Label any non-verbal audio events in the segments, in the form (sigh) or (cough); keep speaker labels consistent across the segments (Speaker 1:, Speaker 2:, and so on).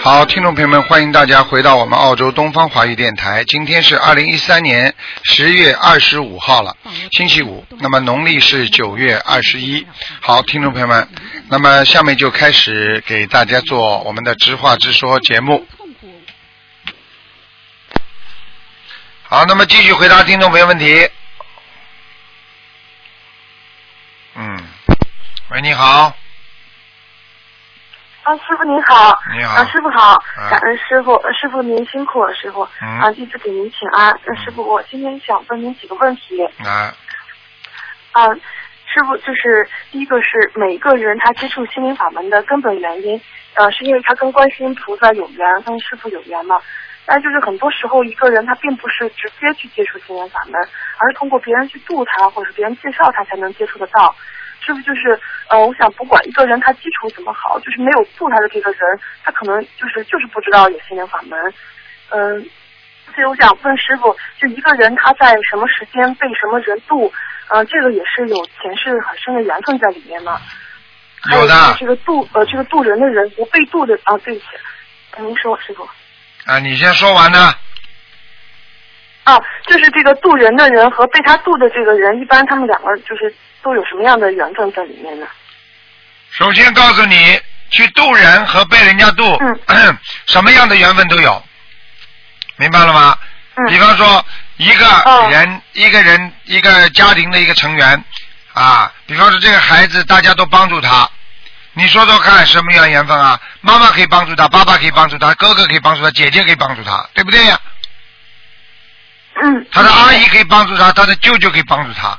Speaker 1: 好，听众朋友们，欢迎大家回到我们澳洲东方华语电台。今天是二零一三年十月二十五号了，星期五。那么农历是九月二十一。好，听众朋友们，那么下面就开始给大家做我们的直话直说节目。好，那么继续回答听众朋友问题。嗯，喂，你好，
Speaker 2: 啊，师傅您好。
Speaker 1: 你好
Speaker 2: 啊，师傅好
Speaker 1: 嗯，
Speaker 2: 感恩师傅，呃师傅您辛苦了，师傅。
Speaker 1: 嗯
Speaker 2: 啊，弟子给您请安。那师傅，我今天想问您几个问题。
Speaker 1: 啊，
Speaker 2: 啊，师傅，就是第一个是每个人他接触心灵法门的根本原因，呃，是因为他跟观世音菩萨有缘，跟师傅有缘嘛。但就是很多时候，一个人他并不是直接去接触心灵法门，而是通过别人去度他，或者是别人介绍他才能接触得到。是不是就是呃，我想不管一个人他基础怎么好，就是没有度他的这个人，他可能就是就是不知道有心灵法门，嗯、所以我想问师傅，就一个人他在什么时间被什么人度，呃，这个也是有前世很深的缘分在里面吗？还
Speaker 1: 有的。
Speaker 2: 就是这个渡呃，这个渡人的人和被渡的啊，对不起，呃您说师傅
Speaker 1: 啊，你先说完呢。
Speaker 2: 啊，就是这个渡人的人和被他渡的这个人，一般他们两个就是都有什么样的缘分在里面呢？
Speaker 1: 首先告诉你，去渡人和被人家渡，
Speaker 2: 嗯
Speaker 1: (clears throat) 什么样的缘分都有，明白了吗？
Speaker 2: 嗯
Speaker 1: 比方说，一个
Speaker 2: 哦
Speaker 1: 人、一个人、一个家庭的一个成员啊，比方说这个孩子，大家都帮助他，你说说看什么样缘分啊？妈妈可以帮助他，爸爸可以帮助他，哥哥可以帮助他，姐姐可以帮助他，对不对呀、
Speaker 2: 嗯，
Speaker 1: 他的阿姨可以帮助他，他的舅舅可以帮助他，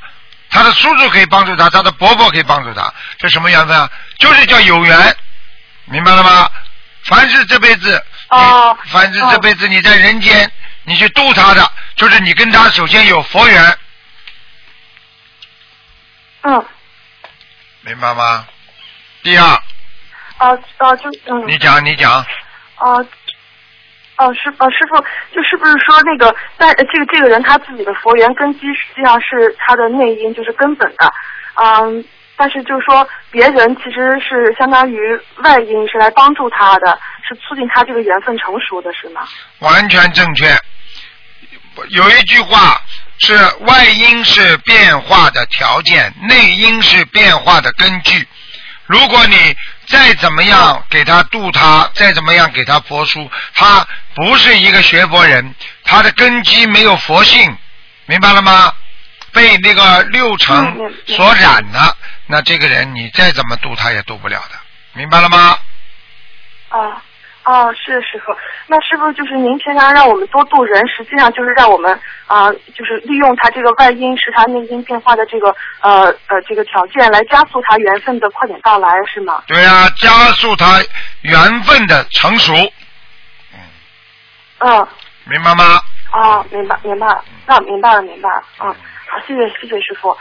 Speaker 1: 他的叔叔可以帮助他，他的伯伯可以帮助他，这什么缘分啊？就是叫有缘，明白了吗？凡是这辈子，
Speaker 2: 哦
Speaker 1: 你凡是这辈子你在人间，你去度他的，就是你跟他首先有佛缘，
Speaker 2: 嗯，
Speaker 1: 明白吗？第二，
Speaker 2: 啊啊，就嗯，
Speaker 1: 你讲，你讲，
Speaker 2: 啊，哦，师哦，师傅，就是不是说那个，但呃这个这个人他自己的佛缘根基实际上是他的内因，就是根本的，嗯，但是就是说别人其实是相当于外因，是来帮助他的，是促进他这个缘分成熟的，是吗？
Speaker 1: 完全正确。有一句话是外因是变化的条件，内因是变化的根据。如果你再怎么样给他度他，再怎么样给他佛书，他不是一个学佛人，他的根基没有佛性，明白了吗？被那个六尘
Speaker 2: 嗯嗯
Speaker 1: 所染了，那这个人你再怎么度他也度不了的，明白了吗？
Speaker 2: 啊。哦，是师傅，那师傅就是您平常让我们多度人，实际上就是让我们啊、就是利用他这个外因使他内因变化的这个呃呃这个条件来加速他缘分的快点到来，是吗？
Speaker 1: 对呀、加速他缘分的成熟，
Speaker 2: 嗯，
Speaker 1: 明白吗？
Speaker 2: 哦，明白明白了，那明白了明白了，嗯，好，谢谢谢谢师傅。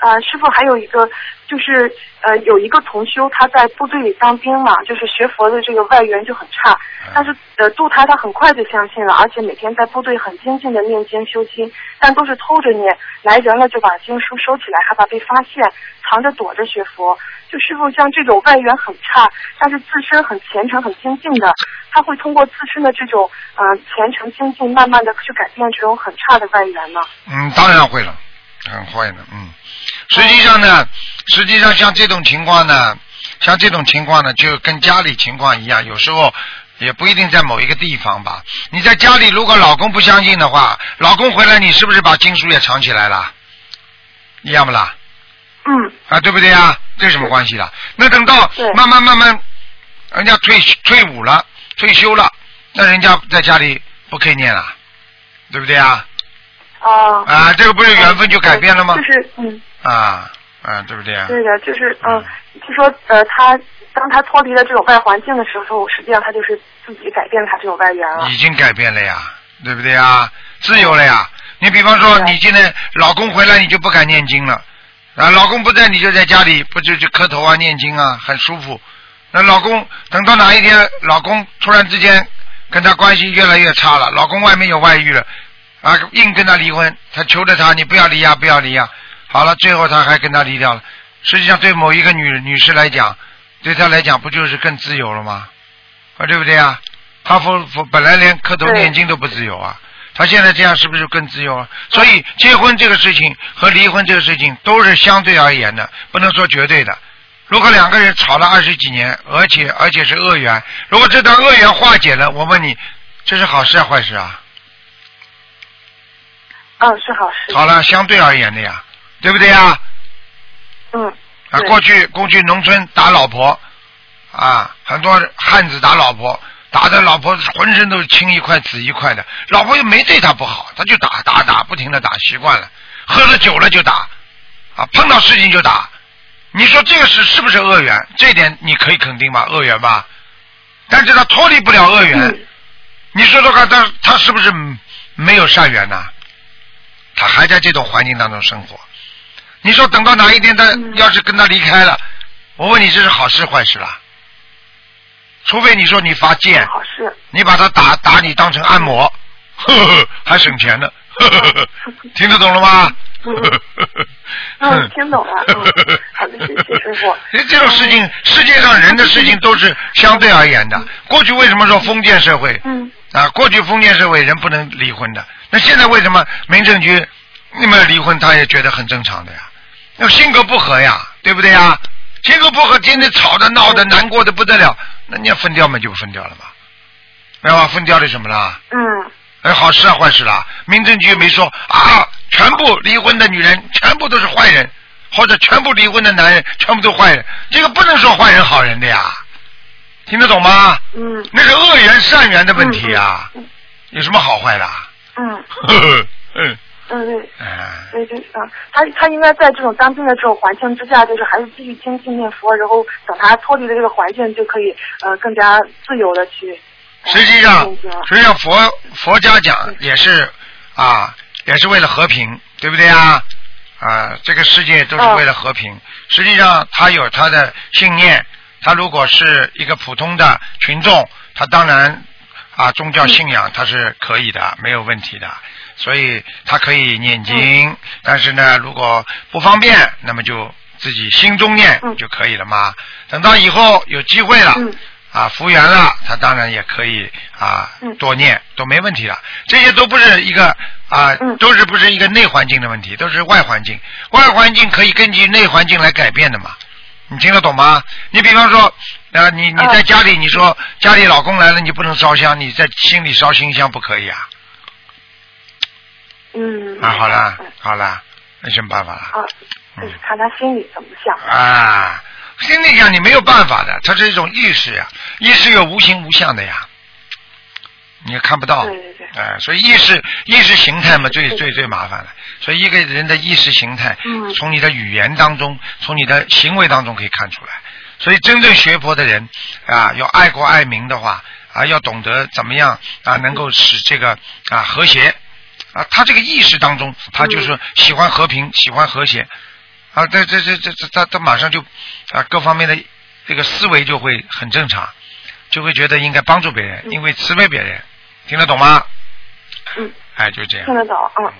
Speaker 2: 呃，师傅还有一个就是呃，有一个同修他在部队里当兵嘛，就是学佛的这个外援就很差，但是呃度他他很快就相信了，而且每天在部队很精进的念经修心，但都是偷着念，来人了就把经书收起来，害怕被发现，藏着躲着学佛。就师傅像这种外援很差，但是自身很虔诚、很精进的，他会通过自身的这种呃虔诚精进，慢慢的去改变这种很差的外援呢。
Speaker 1: 嗯，当然会了，很会了，嗯。实际上呢，实际上像这种情况呢，像这种情况呢，就跟家里情况一样，有时候也不一定在某一个地方吧。你在家里如果老公不相信的话，老公回来你是不是把经书也藏起来了？一样不啦？
Speaker 2: 嗯，
Speaker 1: 啊，对不对呀？这有什么关系啦？那等到
Speaker 2: 对
Speaker 1: 慢慢慢慢，人家退退伍了，退休了，那人家在家里不可以念了，对不对呀？
Speaker 2: 啊、
Speaker 1: 啊，这个不是缘分就改变了吗
Speaker 2: 就？是嗯，
Speaker 1: 啊啊，对不对啊？
Speaker 2: 对的，就是嗯，就说呃，他当他脱离了这种外环境的时候，实际上他就是自己改变了他这种外援了。
Speaker 1: 啊已经改变了呀，对不对呀？自由了呀。你比方说，
Speaker 2: 对啊
Speaker 1: 你现在老公回来，你就不敢念经了，啊，老公不在，你就在家里不就就磕头啊、念经啊，很舒服。那老公等到哪一天，老公突然之间跟他关系越来越差了，老公外面有外遇了，啊，硬跟他离婚，他求着他，你不要离呀、不要离呀、好了，最后他还跟他离掉了。实际上，对某一个女女士来讲，对她来讲不就是更自由了吗？啊，对不对啊？她不不本来连磕头
Speaker 2: 对
Speaker 1: 念经都不自由啊，她现在这样是不是更自由啊？所以结婚这个事情和离婚这个事情都是相对而言的，不能说绝对的。如果两个人吵了二十几年，而且而且是恶缘，如果这段恶缘化解了，我问你，这是好事啊，坏事啊？
Speaker 2: 嗯，是好事。
Speaker 1: 好了，相对而言的呀，对不对呀？
Speaker 2: 嗯，
Speaker 1: 啊，
Speaker 2: 对
Speaker 1: 过去过去农村打老婆，啊，很多汉子打老婆，打的老婆浑身都是青一块紫一块的，老婆又没对他不好，他就打打打，不停的打，习惯了，喝了酒了就打，啊，碰到事情就打，你说这个是是不是恶缘？这点你可以肯定吧，恶缘吧，但是他脱离不了恶缘，
Speaker 2: 嗯
Speaker 1: 你说说看，他他是不是嗯没有善缘呐、他还在这种环境当中生活。你说等到哪一天他
Speaker 2: 嗯
Speaker 1: 要是跟他离开了，我问你这是好事坏事啦？除非你说你发贱，
Speaker 2: 好事。
Speaker 1: 你把他打打你当成按摩， (laughs) 呵呵，还省钱呢， (laughs) 呵呵呵，听得懂了吗？
Speaker 2: 嗯
Speaker 1: (laughs) 呵呵呵
Speaker 2: 嗯，听懂了。嗯，好的，谢谢师傅。嗯
Speaker 1: 这这种事情，世界上人的事情都是相对而言的。过去为什么说封建社会？
Speaker 2: 嗯，
Speaker 1: 啊，过去封建社会人不能离婚的，那现在为什么民政局你们离婚他也觉得很正常的呀？那性格不合呀，对不对呀？性格不合，天天吵的闹的，难过的不得了，那你要分掉嘛，就分掉了嘛，明白吧？分掉了什么啦？
Speaker 2: 嗯，
Speaker 1: 哎，好事啊，坏事啦、民政局没说啊，全部离婚的女人全部都是坏人，或者全部离婚的男人全部都坏人，这个不能说坏人好人的呀，听得懂吗？
Speaker 2: 嗯，
Speaker 1: 那是恶缘善缘的问题啊，
Speaker 2: 嗯
Speaker 1: 有什么好坏
Speaker 2: (laughs)
Speaker 1: 的啊？
Speaker 2: 嗯，
Speaker 1: 呵呵，嗯，
Speaker 2: 嗯，对。
Speaker 1: 哎
Speaker 2: 所以就是啊，他他应该在这种当今的这种环境之下，就是还是继续精进念佛，然后等他脱离了这个环境，就可以呃更加自由的去。呃
Speaker 1: 实际上
Speaker 2: 念经了，
Speaker 1: 实际上佛佛家
Speaker 2: 嗯
Speaker 1: 讲也是啊，也是为了和平，对不对啊？啊，这个世界都
Speaker 2: 嗯
Speaker 1: 是为了和平。实际上，他有他的信念，他如果是一个普通的群众，他当然啊，宗教信
Speaker 2: 嗯
Speaker 1: 仰他是可以的，没有问题的。所以他可以念
Speaker 2: 嗯
Speaker 1: 经，但是呢，如果不方便，那么就自己心中念
Speaker 2: 嗯
Speaker 1: 就可以了嘛。等到以后有机会了，
Speaker 2: 嗯
Speaker 1: 啊，服务员了，他当然也可以啊
Speaker 2: 嗯，
Speaker 1: 多念都没问题了。这些都不是一个啊
Speaker 2: 嗯，
Speaker 1: 都是不是一个内环境的问题，都是外环境。外环境可以根据内环境来改变的嘛。你听得懂吗？你比方说，啊，你你
Speaker 2: 嗯
Speaker 1: 在家里，你说家里老公来了，你不能烧香，你在心里烧新香不可以啊？
Speaker 2: 嗯
Speaker 1: 啊，好嗯了
Speaker 2: 嗯，
Speaker 1: 好了，没什么办法了
Speaker 2: 啊，就是看他心里怎么想。
Speaker 1: 啊。心里想你没有办法的，它是一种意识呀，意识有无形无相的呀，你也看不到。
Speaker 2: 对对对
Speaker 1: 哎、所以意识意识形态嘛，最
Speaker 2: 对
Speaker 1: 最最麻烦了。所以一个人的意识形态，
Speaker 2: 嗯
Speaker 1: 从你的语言当中，从你的行为当中可以看出来。所以真正学佛的人啊，要爱国爱民的话啊，要懂得怎么样
Speaker 2: 嗯
Speaker 1: 啊，能够使这个啊和谐啊，他这个意识当中，他
Speaker 2: 嗯
Speaker 1: 就是喜欢和平，喜欢和谐啊，这这这这这他他马上就啊各方面的这个思维就会很正常，就会觉得应该帮助别人，
Speaker 2: 嗯
Speaker 1: 因为慈悲别人，听得懂吗？
Speaker 2: 嗯，
Speaker 1: 哎，就这样
Speaker 2: 听。得懂，嗯，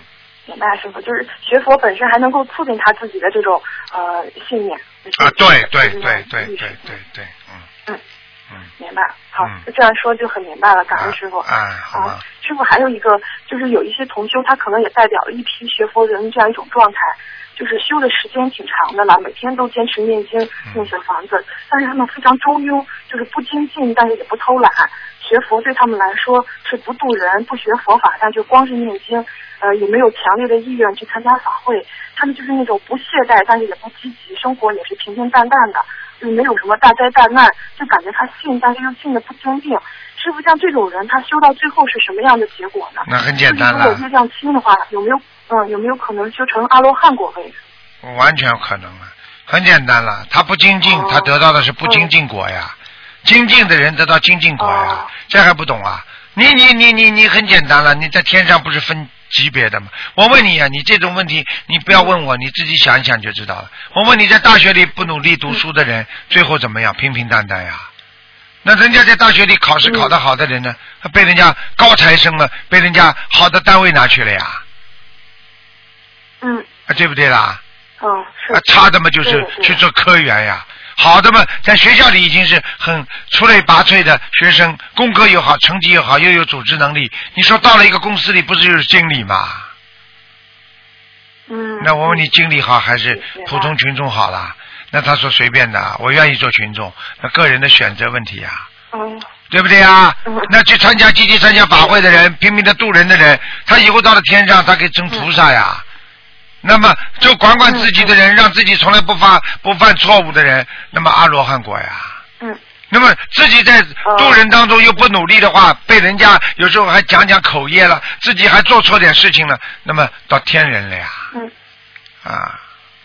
Speaker 2: 明白师傅，就是学佛本身还能够促进他自己的这种呃信念。就是
Speaker 1: 啊，对对
Speaker 2: 这种
Speaker 1: 对对
Speaker 2: 意识
Speaker 1: 对对对，嗯
Speaker 2: 嗯
Speaker 1: 嗯，
Speaker 2: 明白，好
Speaker 1: 嗯，
Speaker 2: 就这样说就很明白了，感恩师傅。
Speaker 1: 啊啊好吧
Speaker 2: 啊，师傅还有一个就是有一些同修，他可能也代表了一批学佛人这样一种状态，就是修的时间挺长的了，每天都坚持念经、
Speaker 1: 嗯
Speaker 2: 念小房子，但是他们非常中庸，就是不精进，但是也不偷懒。学佛对他们来说是不渡人，不学佛法，但就光是念经，呃，也没有强烈的意愿去参加法会。他们就是那种不懈怠，但是也不积极，生活也是平平淡淡的，就没有什么大灾大难，就感觉他信，但是又信的不坚定。师傅，像这种人，他修到最后是什么样的结果呢？
Speaker 1: 那很简单
Speaker 2: 就是如果
Speaker 1: 了
Speaker 2: 业，障轻的话，有没有嗯有没有可能修成阿罗汉果位？
Speaker 1: 完全有可能啊，很简单了。他不精进，
Speaker 2: 哦
Speaker 1: 他得到的是不精进果呀。精进的人得到精进果呀
Speaker 2: 哦，
Speaker 1: 这还不懂啊？你你你你你很简单了，你在天上不是分级别的嘛。我问你啊，你这种问题你不要问我，你自己想一想就知道了。我问你，在大学里不努力读书的
Speaker 2: 嗯
Speaker 1: 人，最后怎么样？平平淡淡呀。那人家在大学里考试考得好的人呢，他被人家高材生了，被人家好的单位拿去了呀，
Speaker 2: 嗯
Speaker 1: 啊，对不对啦？
Speaker 3: 哦
Speaker 2: 嗯是
Speaker 1: 啊，，差的嘛就
Speaker 2: 对
Speaker 1: 是
Speaker 2: 的对的
Speaker 1: 去做科员呀，好的嘛在学校里已经是很出类拔萃的学生，功课又好，成绩又好，又有组织能力。你说到了一个公司里，不是就是经理嘛？
Speaker 2: 嗯，
Speaker 1: 那我问你，经理好还是
Speaker 2: 对
Speaker 1: 普通群众好啦？那他说随便的，我愿意做群众，那个人的选择问题呀、
Speaker 3: 哦
Speaker 2: 嗯
Speaker 1: 对不对啊
Speaker 2: 嗯？
Speaker 1: 那去参加积极参加法会的人，拼命的渡人的人，他以后到了天上，他可以成菩萨呀。
Speaker 2: 嗯
Speaker 1: 那么就管管自己的人，让自己从来不犯不犯错误的人，那么阿罗汉果呀。
Speaker 2: 嗯
Speaker 1: 那么自己在渡人当中又不努力的话，被人家有时候还讲讲口业了，自己还做错点事情了，那么到天人了呀，
Speaker 2: 嗯，
Speaker 1: 啊，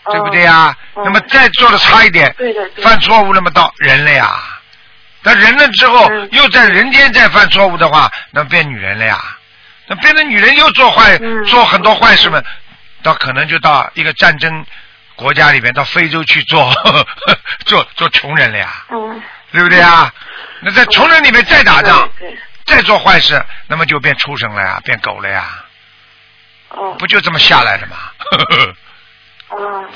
Speaker 2: 哦
Speaker 1: 对不对呀？
Speaker 2: 哦
Speaker 1: 那么再做的差一点，
Speaker 2: 对的对的
Speaker 1: 犯错误了嘛，到人了呀。那人了之后，
Speaker 2: 嗯
Speaker 1: 又在人间再犯错误的话，那变女人了呀。那变成女人又做坏，
Speaker 2: 嗯
Speaker 1: 做很多坏事嘛，到可能就到一个战争国家里边，到非洲去做 (laughs) 做做穷人了呀，
Speaker 2: 嗯，
Speaker 1: 对不对啊？那在穷人里面再打仗，
Speaker 2: 对，对
Speaker 1: 再做坏事，那么就变畜生了呀，变狗了呀，
Speaker 2: 哦
Speaker 1: 不就这么下来的吗？
Speaker 2: (laughs)
Speaker 1: (laughs)
Speaker 2: 哦。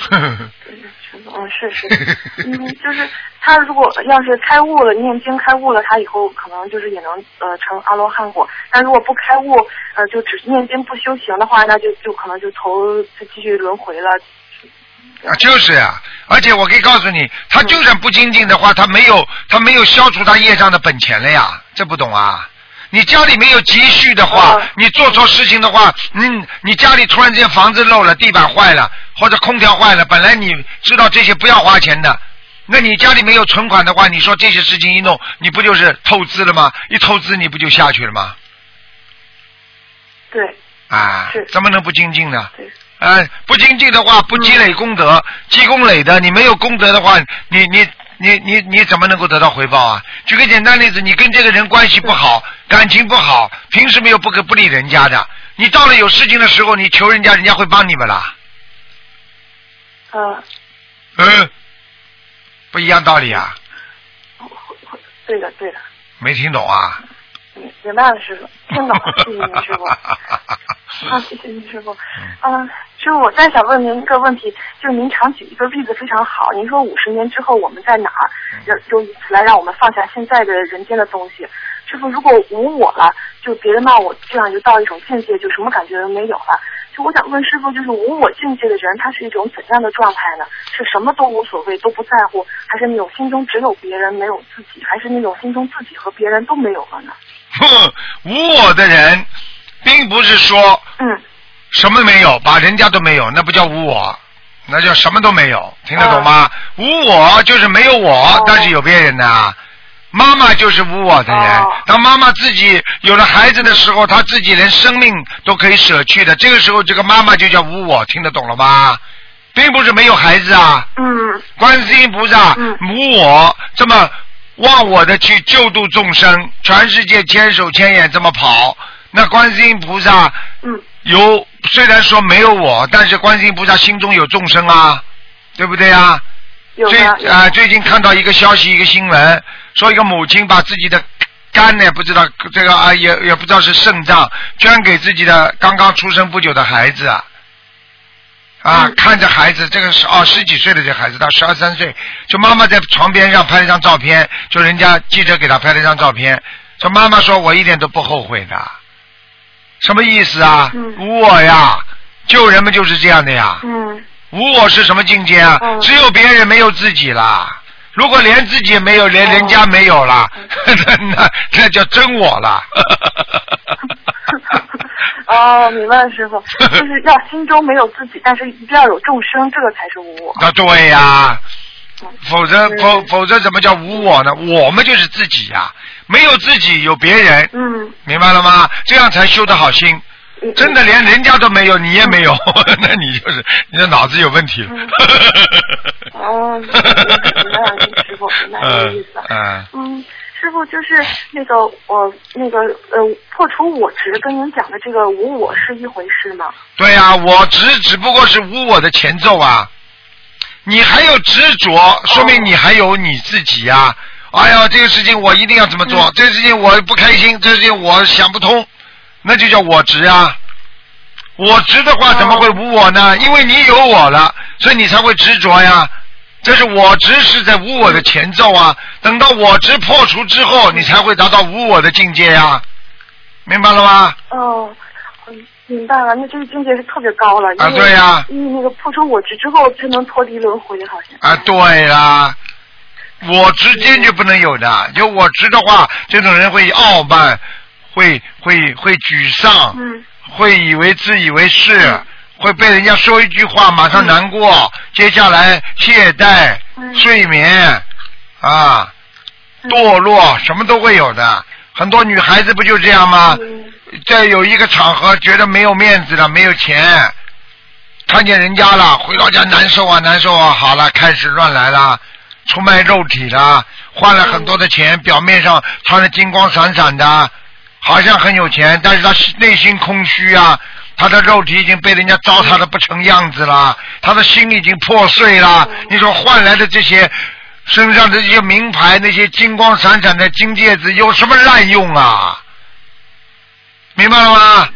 Speaker 2: 对是的嗯，
Speaker 1: (laughs)
Speaker 2: 是是，嗯，就是他如果要是开悟了，念经开悟了，他以后可能就是也能呃成阿罗汉果。但如果不开悟，呃，就只念经不修行的话，那就就可能就投就继续轮回了。
Speaker 1: 啊，就是啊，而且我可以告诉你，他就算不精进的话，他没有他没有消除他业障的本钱了呀，这不懂啊？你家里没有积蓄的话，
Speaker 2: 嗯
Speaker 1: 你做错事情的话，嗯，你家里突然间房子漏了，地板坏了，或者空调坏了，本来你知道这些不要花钱的，那你家里没有存款的话，你说这些事情一弄，你不就是透支了吗？一透支你不就下去了吗？
Speaker 2: 对，
Speaker 1: 啊
Speaker 2: 是，
Speaker 1: 怎么能不精进呢？
Speaker 2: 对，嗯
Speaker 1: 哎，不精进的话，不积累功德，积功累德，你没有功德的话，你你你你你怎么能够得到回报啊？举个简单例子，你跟这个人关系不好，
Speaker 2: 嗯
Speaker 1: 感情不好，平时没有不可不理人家的，你到了有事情的时候，你求人家，人家会帮你们啦？
Speaker 2: 呃，
Speaker 1: 嗯，不一样道理啊，
Speaker 2: 对的，对的，
Speaker 1: 没听懂啊？
Speaker 2: 明明白了，师傅，听懂了，谢谢您，师傅。啊，谢谢您，师傅。嗯，师傅，我再想问您一个问题，就是您常举一个例子非常好，您说五十年之后我们在哪儿，有就以此来让我们放下现在的人间的东西。师傅，如果无我了，就别人骂我这样就到一种境界，就什么感觉都没有了。就我想问师傅，就是无我境界的人，他是一种怎样的状态呢？是什么都无所谓，都不在乎，还是那种心中只有别人没有自己，还是那种心中自己和别人都没有了呢？
Speaker 1: 哼，无 (laughs) 我的人，并不是说
Speaker 2: 嗯，
Speaker 1: 什么没有，把人家都没有，那不叫无我，那叫什么都没有，听得懂吗？无我就是没有我，
Speaker 2: 哦
Speaker 1: 但是有别人呐、妈妈就是无我的人，
Speaker 2: 哦
Speaker 1: 当妈妈自己有了孩子的时候，她自己连生命都可以舍去的，这个时候这个妈妈就叫无我，听得懂了吧？并不是没有孩子啊，
Speaker 2: 嗯，
Speaker 1: 观世音菩萨
Speaker 2: 嗯
Speaker 1: 无我，这么忘我的去救度众生，全世界千手千眼这么跑，那观世音菩萨
Speaker 2: 嗯，
Speaker 1: 有虽然说没有我，但是观世音菩萨心中有众生啊，对不对啊？
Speaker 2: 有
Speaker 1: 最啊
Speaker 2: 的、有的
Speaker 1: 最近看到一个消息，一个新闻，说一个母亲把自己的肝呢，不知道这个啊，也也不知道是肾脏，捐给自己的刚刚出生不久的孩子啊。啊，
Speaker 2: 嗯
Speaker 1: 看着孩子，这个是哦，十几岁的这孩子，到十二三岁，就妈妈在床边上拍了张照片，就人家记者给他拍了张照片，说妈妈说我一点都不后悔的，什么意思啊？
Speaker 2: 嗯
Speaker 1: 无我呀，救人们就是这样的呀。
Speaker 2: 嗯
Speaker 1: 无我是什么境界啊？
Speaker 2: 嗯
Speaker 1: 只有别人没有自己啦。如果连自己也没有，连
Speaker 2: 哦
Speaker 1: 人家没有啦，那 (laughs) 那那叫真我啦。 (laughs)
Speaker 2: 哦，明白了，
Speaker 1: (laughs)
Speaker 2: 师傅，就是要心中没有自己，但是一定要有众生，这个才是无我。
Speaker 1: 那对呀、
Speaker 2: 嗯
Speaker 1: 否则
Speaker 2: 嗯
Speaker 1: 否否则怎么叫无我呢？我们就是自己呀、没有自己有别人，
Speaker 2: 嗯，
Speaker 1: 明白了吗？这样才修得好心。
Speaker 2: 嗯
Speaker 1: 真的连人家都没有，你也没有， (laughs) 那你就是你的脑子有问题了。 (laughs)
Speaker 2: 嗯哦明白了明白了师傅明白了这个意思
Speaker 1: 嗯嗯
Speaker 2: 嗯，师师傅就是那个我、那个呃破除我执跟您讲的这个无我是一回事吗？
Speaker 1: 对呀、我执只不过是无我的前奏啊。你还有执着，说明你还有你自己呀、哎呀，这个事情我一定要怎么做？这个事情我不开心，这个事情我想不通，那就叫我执啊。我执的话怎么会无我呢？因为你有我了，所以你才会执着呀。这是我执是在无我的前奏啊。等到我执破除之后，你才会达到无我的境界呀。明白了吗？
Speaker 2: 哦，嗯，明白了，那这个境界是特别高了。
Speaker 1: 啊
Speaker 2: 因为
Speaker 1: 对呀
Speaker 2: 因为那个破除我执之后，才能脱离轮回，好像。
Speaker 1: 啊，对啦，我执坚决不能有的，有我执的话，这种人会傲慢，会会会沮丧，
Speaker 2: 嗯
Speaker 1: 会以为自以为是，会被人家说一句话马上难过，接下来懈怠、
Speaker 2: 嗯
Speaker 1: 睡眠啊、堕落，什么都会有的。很多女孩子不就这样吗？
Speaker 2: 嗯
Speaker 1: 在有一个场合觉得没有面子了，没有钱，看见人家了，回到家难受啊，难受啊，好了，开始乱来了，出卖肉体了，花了很多的钱，表面上穿的金光闪闪的，好像很有钱，但是他内心空虚啊，他的肉体已经被人家糟蹋的不成样子了，他的心已经破碎了，你说换来的这些。身上的这些名牌，那些金光闪闪的金戒指，有什么滥用啊？明白了吗？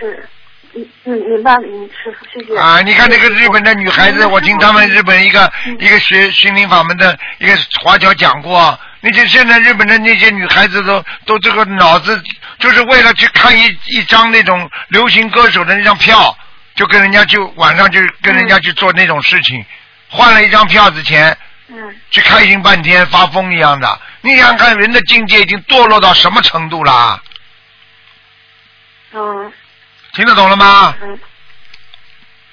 Speaker 2: 是，嗯嗯，明白，嗯，师傅，谢谢。
Speaker 1: 啊，你看那个日本的女孩子，我听他们日本一个一个学心灵法门的一个华侨讲过，啊那些现在日本的那些女孩子都都这个脑子就是为了去看一一张那种流行歌手的那张票，就跟人家就晚上就跟人家去做那种事情，换了一张票子钱
Speaker 2: 嗯
Speaker 1: 去开心半天，发疯一样的。你想想看，人的境界已经堕落到什么程度啊啦？
Speaker 2: 嗯
Speaker 1: 听得懂了吗？
Speaker 2: 嗯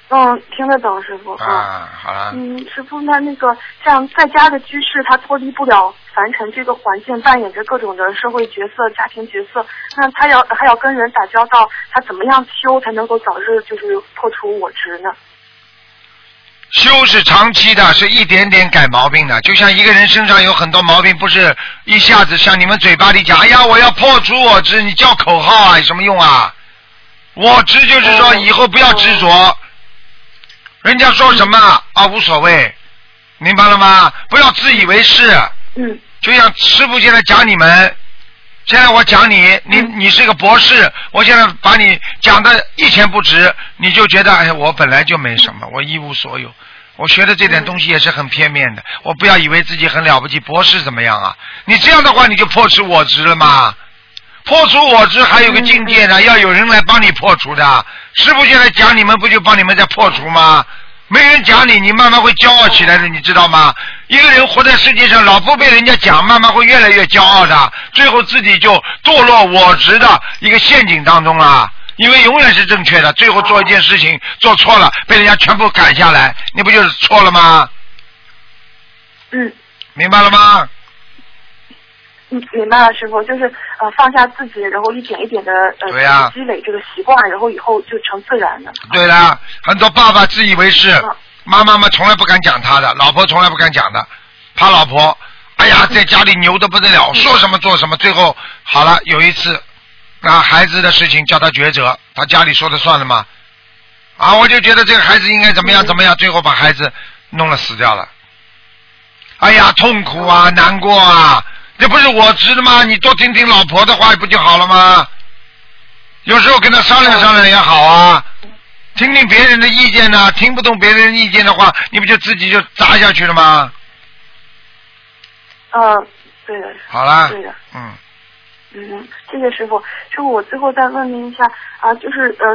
Speaker 2: 嗯，听得懂，师傅。嗯
Speaker 1: 啊，好了。
Speaker 2: 嗯，师傅，那那个像在家的居士，他脱离不了凡尘这个环境，扮演着各种的社会角色、家庭角色，那他要还要跟人打交道，他怎么样修才能够早日就是破除我执呢？
Speaker 1: 修是长期的，是一点点改毛病的。就像一个人身上有很多毛病，不是一下子像你们嘴巴里讲，哎呀，我要破除我执，你叫口号啊，有什么用啊？我执就是说
Speaker 2: 哦
Speaker 1: 以后不要执着，人家说什么啊无所谓，明白了吗？不要自以为是。
Speaker 2: 嗯
Speaker 1: 就像师傅现在讲你们，现在我讲你，你你是个博士，我现在把你讲的一钱不值，你就觉得哎，我本来就没什么，我一无所有，我学的这点东西也是很片面的，我不要以为自己很了不起，博士怎么样啊？你这样的话，你就破除我执了嘛。破除我执还有个境界呢，要有人来帮你破除的。师傅现在讲你们，不就帮你们在破除吗？没人讲你，你慢慢会骄傲起来的，你知道吗？一个人活在世界上，老不被人家讲，慢慢会越来越骄傲的，最后自己就堕落我执的一个陷阱当中了。因为永远是正确的，最后做一件事情做错了，被人家全部赶下来，你不就是错了吗？
Speaker 2: 嗯
Speaker 1: 明白了吗？
Speaker 2: 嗯，明白了，师傅，就是呃放下自己，然后一点一点的呃
Speaker 1: 对呀
Speaker 2: 积累这个习惯，然后以后就成自然的。
Speaker 1: 对啦，很多爸爸自以为是
Speaker 2: 嗯，
Speaker 1: 妈妈嘛从来不敢讲他的，老婆从来不敢讲的，怕老婆，哎呀，在家里牛的不得了，说什么做什么，最后好了，有一次，啊，孩子的事情叫他抉择，他家里说的算了吗？啊，我就觉得这个孩子应该怎么样怎么样，最后把孩子弄了死掉了。哎呀，痛苦啊，难过啊，这不是我值的吗？你多听听老婆的话不就好了吗？有时候跟他商量商量也好啊，听听别人的意见呐、听不懂别人的意见的话，你不就自己就砸下去了吗？
Speaker 2: 嗯、对的。
Speaker 1: 好啦
Speaker 2: 对的，
Speaker 1: 嗯，
Speaker 2: 嗯，谢谢师傅。师傅，我最后再问您一下啊，就是呃，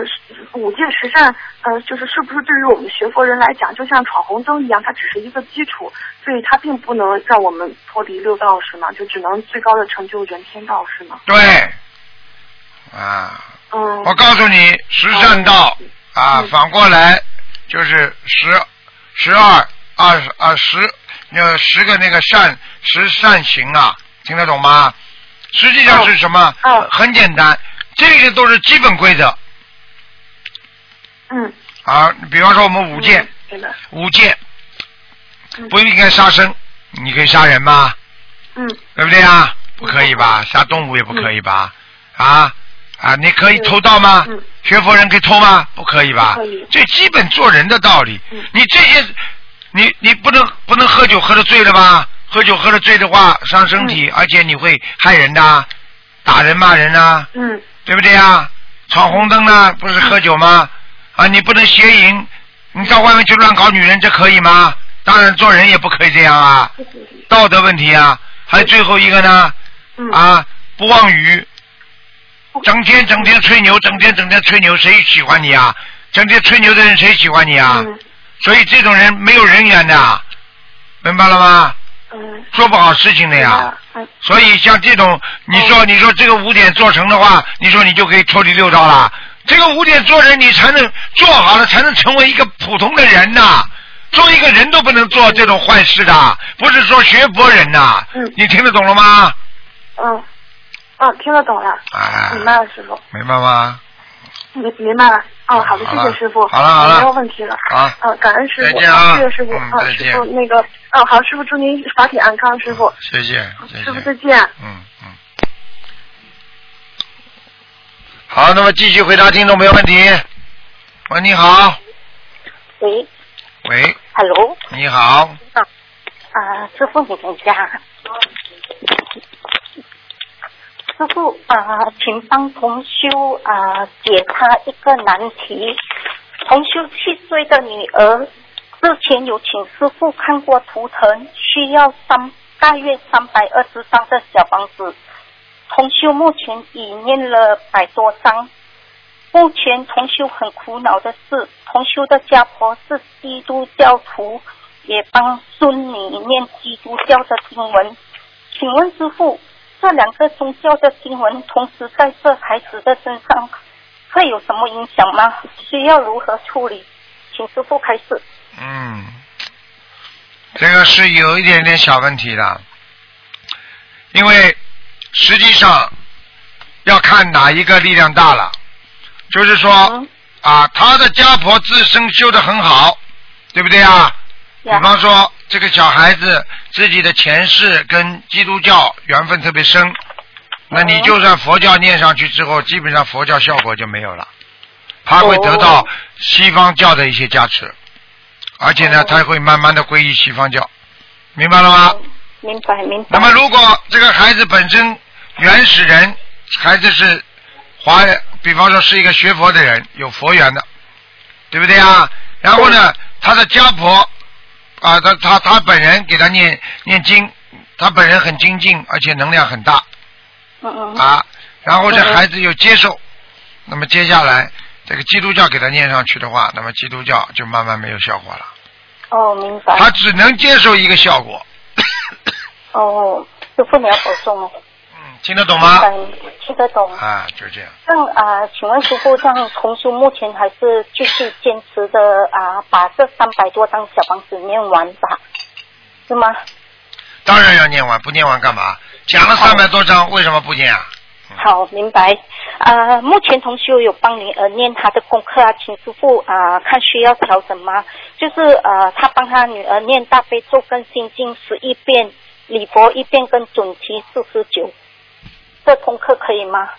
Speaker 2: 五戒十善，呃，就是是不是对于我们学佛人来讲，就像闯红灯一样，它只是一个基础，所以它并不能让我们脱离六道，是吗？就只能最高的成就人天道，是吗？
Speaker 1: 对，啊，
Speaker 2: 嗯，
Speaker 1: 我告诉你，十善道啊，
Speaker 2: 嗯
Speaker 1: 反过来就是十、十二、二十啊十那十个那个善十善行啊，听得懂吗？实际上是什么？
Speaker 2: 嗯嗯
Speaker 1: 很简单，这些都是基本规则
Speaker 2: 嗯，
Speaker 1: 啊。比方说我们五戒
Speaker 2: 嗯，，对的，
Speaker 1: 五戒
Speaker 2: 嗯
Speaker 1: 不应该杀生，你可以杀人吗？
Speaker 2: 嗯
Speaker 1: 对不对啊？不可以吧？杀动物也不可以吧？啊啊，你可以偷盗吗
Speaker 2: 嗯？
Speaker 1: 学佛人可以偷吗？不可以吧
Speaker 2: 不可以？
Speaker 1: 最基本做人的道理
Speaker 2: 嗯，
Speaker 1: 你这些，你你不能不能喝酒喝了醉了吧？喝酒喝了醉的话伤身体，而且你会害人的啊，打人骂人啊，
Speaker 2: 嗯
Speaker 1: 对不对啊？闯红灯呢，不是喝酒吗？啊，你不能邪淫，你到外面去乱搞女人，这可以吗？当然，做人也不可以这样啊，道德问题啊。还有最后一个呢，
Speaker 2: 嗯，
Speaker 1: 啊，不妄语，整天整天吹牛，整天整天吹牛，谁喜欢你啊？整天吹牛的人谁喜欢你啊？
Speaker 2: 嗯
Speaker 1: 所以这种人没有人缘的，明白了吗？
Speaker 2: 嗯，
Speaker 1: 做不好事情的呀。
Speaker 2: 嗯，
Speaker 1: 所以像这种，你说你说这个五点做成的话，你说你就可以脱离六道了。这个五点做人，你才能做好了，才能成为一个普通的人呐、做一个人都不能做这种坏事的，不是说学佛人呐、
Speaker 2: 嗯
Speaker 1: 你听得懂了吗？
Speaker 2: 嗯，嗯，听得懂了，
Speaker 1: 啊，
Speaker 2: 明白了，师傅，
Speaker 1: 明白吗？
Speaker 2: 明明白了。哦，好的，谢
Speaker 1: 好了
Speaker 2: 谢师傅，
Speaker 1: 好了好了
Speaker 2: 没有问题了。
Speaker 1: 啊，
Speaker 2: 嗯，感恩师
Speaker 1: 再
Speaker 2: 傅，
Speaker 1: 见啊
Speaker 2: 谢谢师傅，
Speaker 1: 嗯
Speaker 2: 嗯，
Speaker 1: 再见
Speaker 2: 师傅那个，嗯，好，师傅祝您法体安康，师傅，
Speaker 1: 谢谢，谢谢。
Speaker 2: 师傅再见。
Speaker 1: 嗯嗯。好，那么继续回答听众朋友问题。喂，你好。
Speaker 4: 喂
Speaker 1: 喂，
Speaker 4: ，Hello，
Speaker 1: 你好。
Speaker 4: 啊，师傅你在家？师傅啊，请帮同修啊解他一个难题。同修七岁的女儿之前有请师傅看过图腾，需要三大约三百二十张的小房子。同修目前已念了百多张，目前同修很苦恼的是，同修的家婆是基督教徒，也帮孙女念基督教的经文。请问师傅，这两个宗教的经文同时在这孩子的身上，会有什么影响吗？需要如何处理？请师傅开始。
Speaker 1: 嗯，这个是有一点点小问题的，因为实际上要看哪一个力量大了，就是说
Speaker 4: 嗯
Speaker 1: 啊，他的家婆自身修的很好，对不对啊？比
Speaker 4: 呀，
Speaker 1: 方说，这个小孩子自己的前世跟基督教缘分特别深，那你就算佛教念上去之后，基本上佛教效果就没有了，他会得到
Speaker 4: 哦
Speaker 1: 西方教的一些加持，而且呢，
Speaker 4: 哦
Speaker 1: 他会慢慢的皈依西方教，明白了吗？
Speaker 4: 明白明白
Speaker 1: 那。么如果这个孩子本身原始人，孩子是华人，比方说是一个学佛的人，有佛缘的，对不对啊？然后呢，他的家婆啊，他他他本人给他念念经，他本人很精进，而且能量很大
Speaker 3: 哦
Speaker 4: 嗯嗯
Speaker 1: 啊。然后这孩子有接受，那么接下来这个基督教给他念上去的话，那么基督教就慢慢没有效果了，
Speaker 4: 哦，明白。
Speaker 1: 他只能接受一个效果。
Speaker 4: 哦，师傅你要保重哦。
Speaker 1: 嗯，听得懂吗？
Speaker 4: 嗯，听得懂。
Speaker 1: 啊，就这样。
Speaker 4: 像啊、请问师傅，像同修目前还是继续坚持的啊、把这三百多张小房子念完吧，是吗？
Speaker 1: 当然要念完，不念完干嘛？讲了三百多章，为什么不念啊？
Speaker 4: 好，明白。呃，目前同修有帮您呃念他的功课啊，请师傅啊、看需要调整吗？就是呃，他帮他女儿念大悲咒跟心经十一遍，礼佛一遍跟准提四十九，这功课可以吗？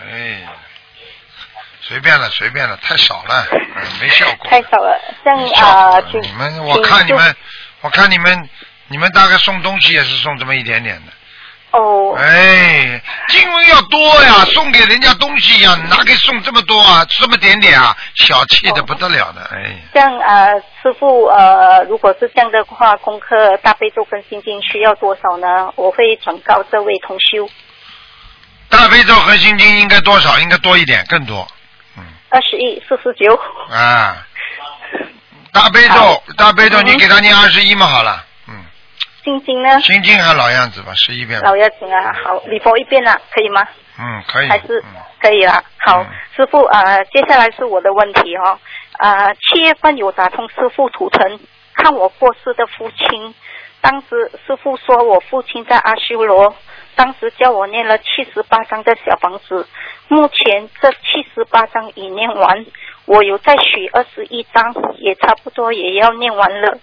Speaker 1: 哎，随便了，随便了，太少
Speaker 4: (laughs)
Speaker 1: 了，嗯，没效果。
Speaker 4: 太少了，像
Speaker 1: 没
Speaker 4: 啊、
Speaker 1: 效
Speaker 4: 呃，
Speaker 1: 果
Speaker 4: 请
Speaker 1: 你们，
Speaker 4: 请
Speaker 1: 我看你
Speaker 4: 就
Speaker 1: 们，我看你们，你们大概送东西也是送这么一点点的。
Speaker 4: 哦。
Speaker 1: 哎，经文要多呀，送给人家东西呀，哪给送这么多啊？这么点点啊，小气
Speaker 4: 哦
Speaker 1: 的不得了的，哎。
Speaker 4: 这样啊、呃师傅呃，如果是这样的话，功课大悲咒跟心经需要多少呢？我会转告这位同修
Speaker 1: 大悲咒和心经应该多少？应该多一点，更多。
Speaker 4: 二十一四十九。
Speaker 1: 啊，大悲咒
Speaker 4: 好，
Speaker 1: 大悲咒，
Speaker 4: 嗯
Speaker 1: 你给他念二十一嘛，好了，嗯，
Speaker 4: 心经呢？
Speaker 1: 心经还老样子吧，十一遍吧，
Speaker 4: 老要紧啊，好，礼佛一遍啦、可以吗？
Speaker 1: 嗯，可以，
Speaker 4: 还是
Speaker 1: 嗯
Speaker 4: 可以啦。好，
Speaker 1: 嗯
Speaker 4: 师傅啊、呃接下来是我的问题哦。啊、七月份有打通师傅图腾，看我过世的父亲。当时师傅说我父亲在阿修罗，当时叫我念了七十八张的小房子，目前这七十八张已念完，我有在许二十一张，也差不多也要念完了，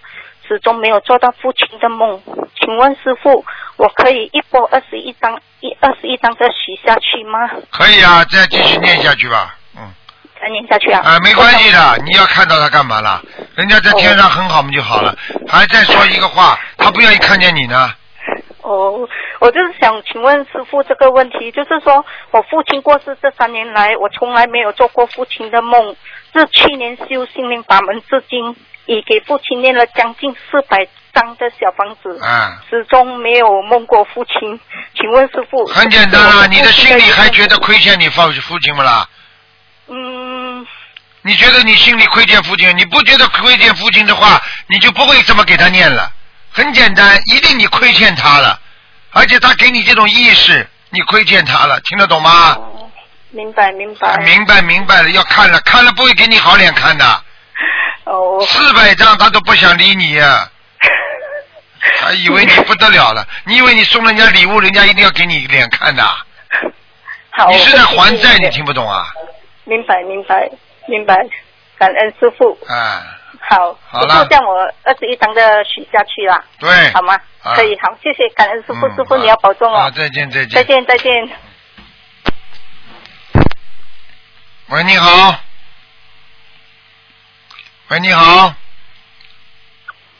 Speaker 4: 始终没有做到父亲的梦。请问师傅，我可以一波二十一张，一二十一张再许下去吗？
Speaker 1: 可以啊，再继续念下去吧。嗯，
Speaker 4: 再念下去啊？
Speaker 1: 啊，没关系的，你要看到他干嘛啦？人家在天上很好，我们就好了。还再说一个话，他不愿意看见你呢。
Speaker 4: 哦，我就是想请问师傅这个问题，就是说我父亲过世这三年来，我从来没有做过父亲的梦。自去年修心灵法门至今，已给父亲念了将近四百张的小房子，
Speaker 1: 嗯，
Speaker 4: 始终没有梦过父亲。请问师傅，
Speaker 1: 很简单啊，
Speaker 4: 我
Speaker 1: 你的心里还觉
Speaker 4: 父亲
Speaker 1: 得亏欠你父父亲不啦？
Speaker 4: 的嗯，
Speaker 1: 你觉得你心里亏欠父亲，你不觉得亏欠父亲的话，你就不会这么给他念了。很简单，一定你亏欠他了，而且他给你这种意识，你亏欠他了，听得懂吗？
Speaker 4: 明白明白。
Speaker 1: 明白明白了，要看了，看了不会给你好脸看的。
Speaker 4: 哦，
Speaker 1: 四百张他都不想理你、
Speaker 4: (laughs)
Speaker 1: 啊，他以为你不得了了，你以为你送人家礼物，人家一定要给你脸看的？
Speaker 4: 好，
Speaker 1: 你是在
Speaker 4: 哦我会
Speaker 1: 还
Speaker 4: 尽
Speaker 1: 债，
Speaker 4: 力
Speaker 1: 你
Speaker 4: 的
Speaker 1: 听不懂啊？
Speaker 4: 明白明白明白，感恩师傅。
Speaker 1: 哎，
Speaker 4: 好，
Speaker 1: 好
Speaker 4: 师
Speaker 1: 了
Speaker 4: 傅让我二十一张的许下去啦，
Speaker 1: 对，
Speaker 4: 好吗？
Speaker 1: 啊
Speaker 4: 可以，好，谢谢，感恩师傅，
Speaker 1: 嗯
Speaker 4: 师傅
Speaker 1: 好
Speaker 4: 你要保重
Speaker 1: 啊，
Speaker 4: 哦，
Speaker 1: 再见再见。
Speaker 4: 再。见再见。
Speaker 1: 喂，你好。喂，你好，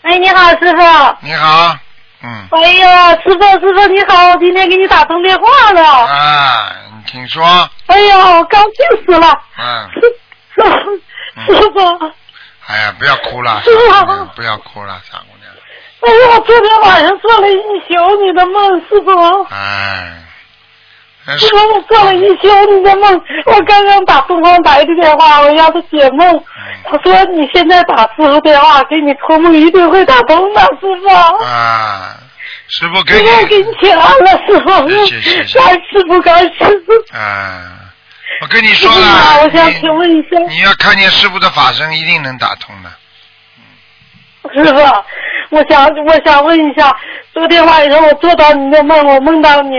Speaker 3: 哎，你好，师傅。
Speaker 1: 你好，嗯，
Speaker 3: 哎呀，师傅，师傅你好，我今天给你打通电话了。
Speaker 1: 啊，你请说，
Speaker 3: 哎呀，我高兴死了。
Speaker 1: 嗯，
Speaker 3: 师傅，师傅，
Speaker 1: 哎呀，不要哭了，
Speaker 3: 是啊
Speaker 1: 傻姑娘，不要哭了，傻姑娘，
Speaker 3: 哎呀，我昨天晚上做了一宿你的梦，师傅，
Speaker 1: 哎，真
Speaker 3: 师
Speaker 1: 是
Speaker 3: 傅，我做了一宿你的梦。我刚刚打东方台的电话，我要他解
Speaker 1: 嗯
Speaker 3: 梦，他说你现在打师傅电话，给你托梦一定会打通的，师傅。
Speaker 1: 啊，师傅给
Speaker 3: 师傅给
Speaker 1: 你
Speaker 3: 你，请安了，师傅，
Speaker 1: 谢谢谢谢
Speaker 3: 感恩师傅，感恩师傅。
Speaker 1: 啊，我跟你
Speaker 3: 师
Speaker 1: 说
Speaker 3: 傅啊，
Speaker 1: 了，
Speaker 3: 我想
Speaker 1: 你
Speaker 3: 请问一下，
Speaker 1: 你要看见师傅的法身，一定能打通的。
Speaker 3: 师傅， (laughs) 我想我想问一下，昨天晚上我做到您的梦，我梦到您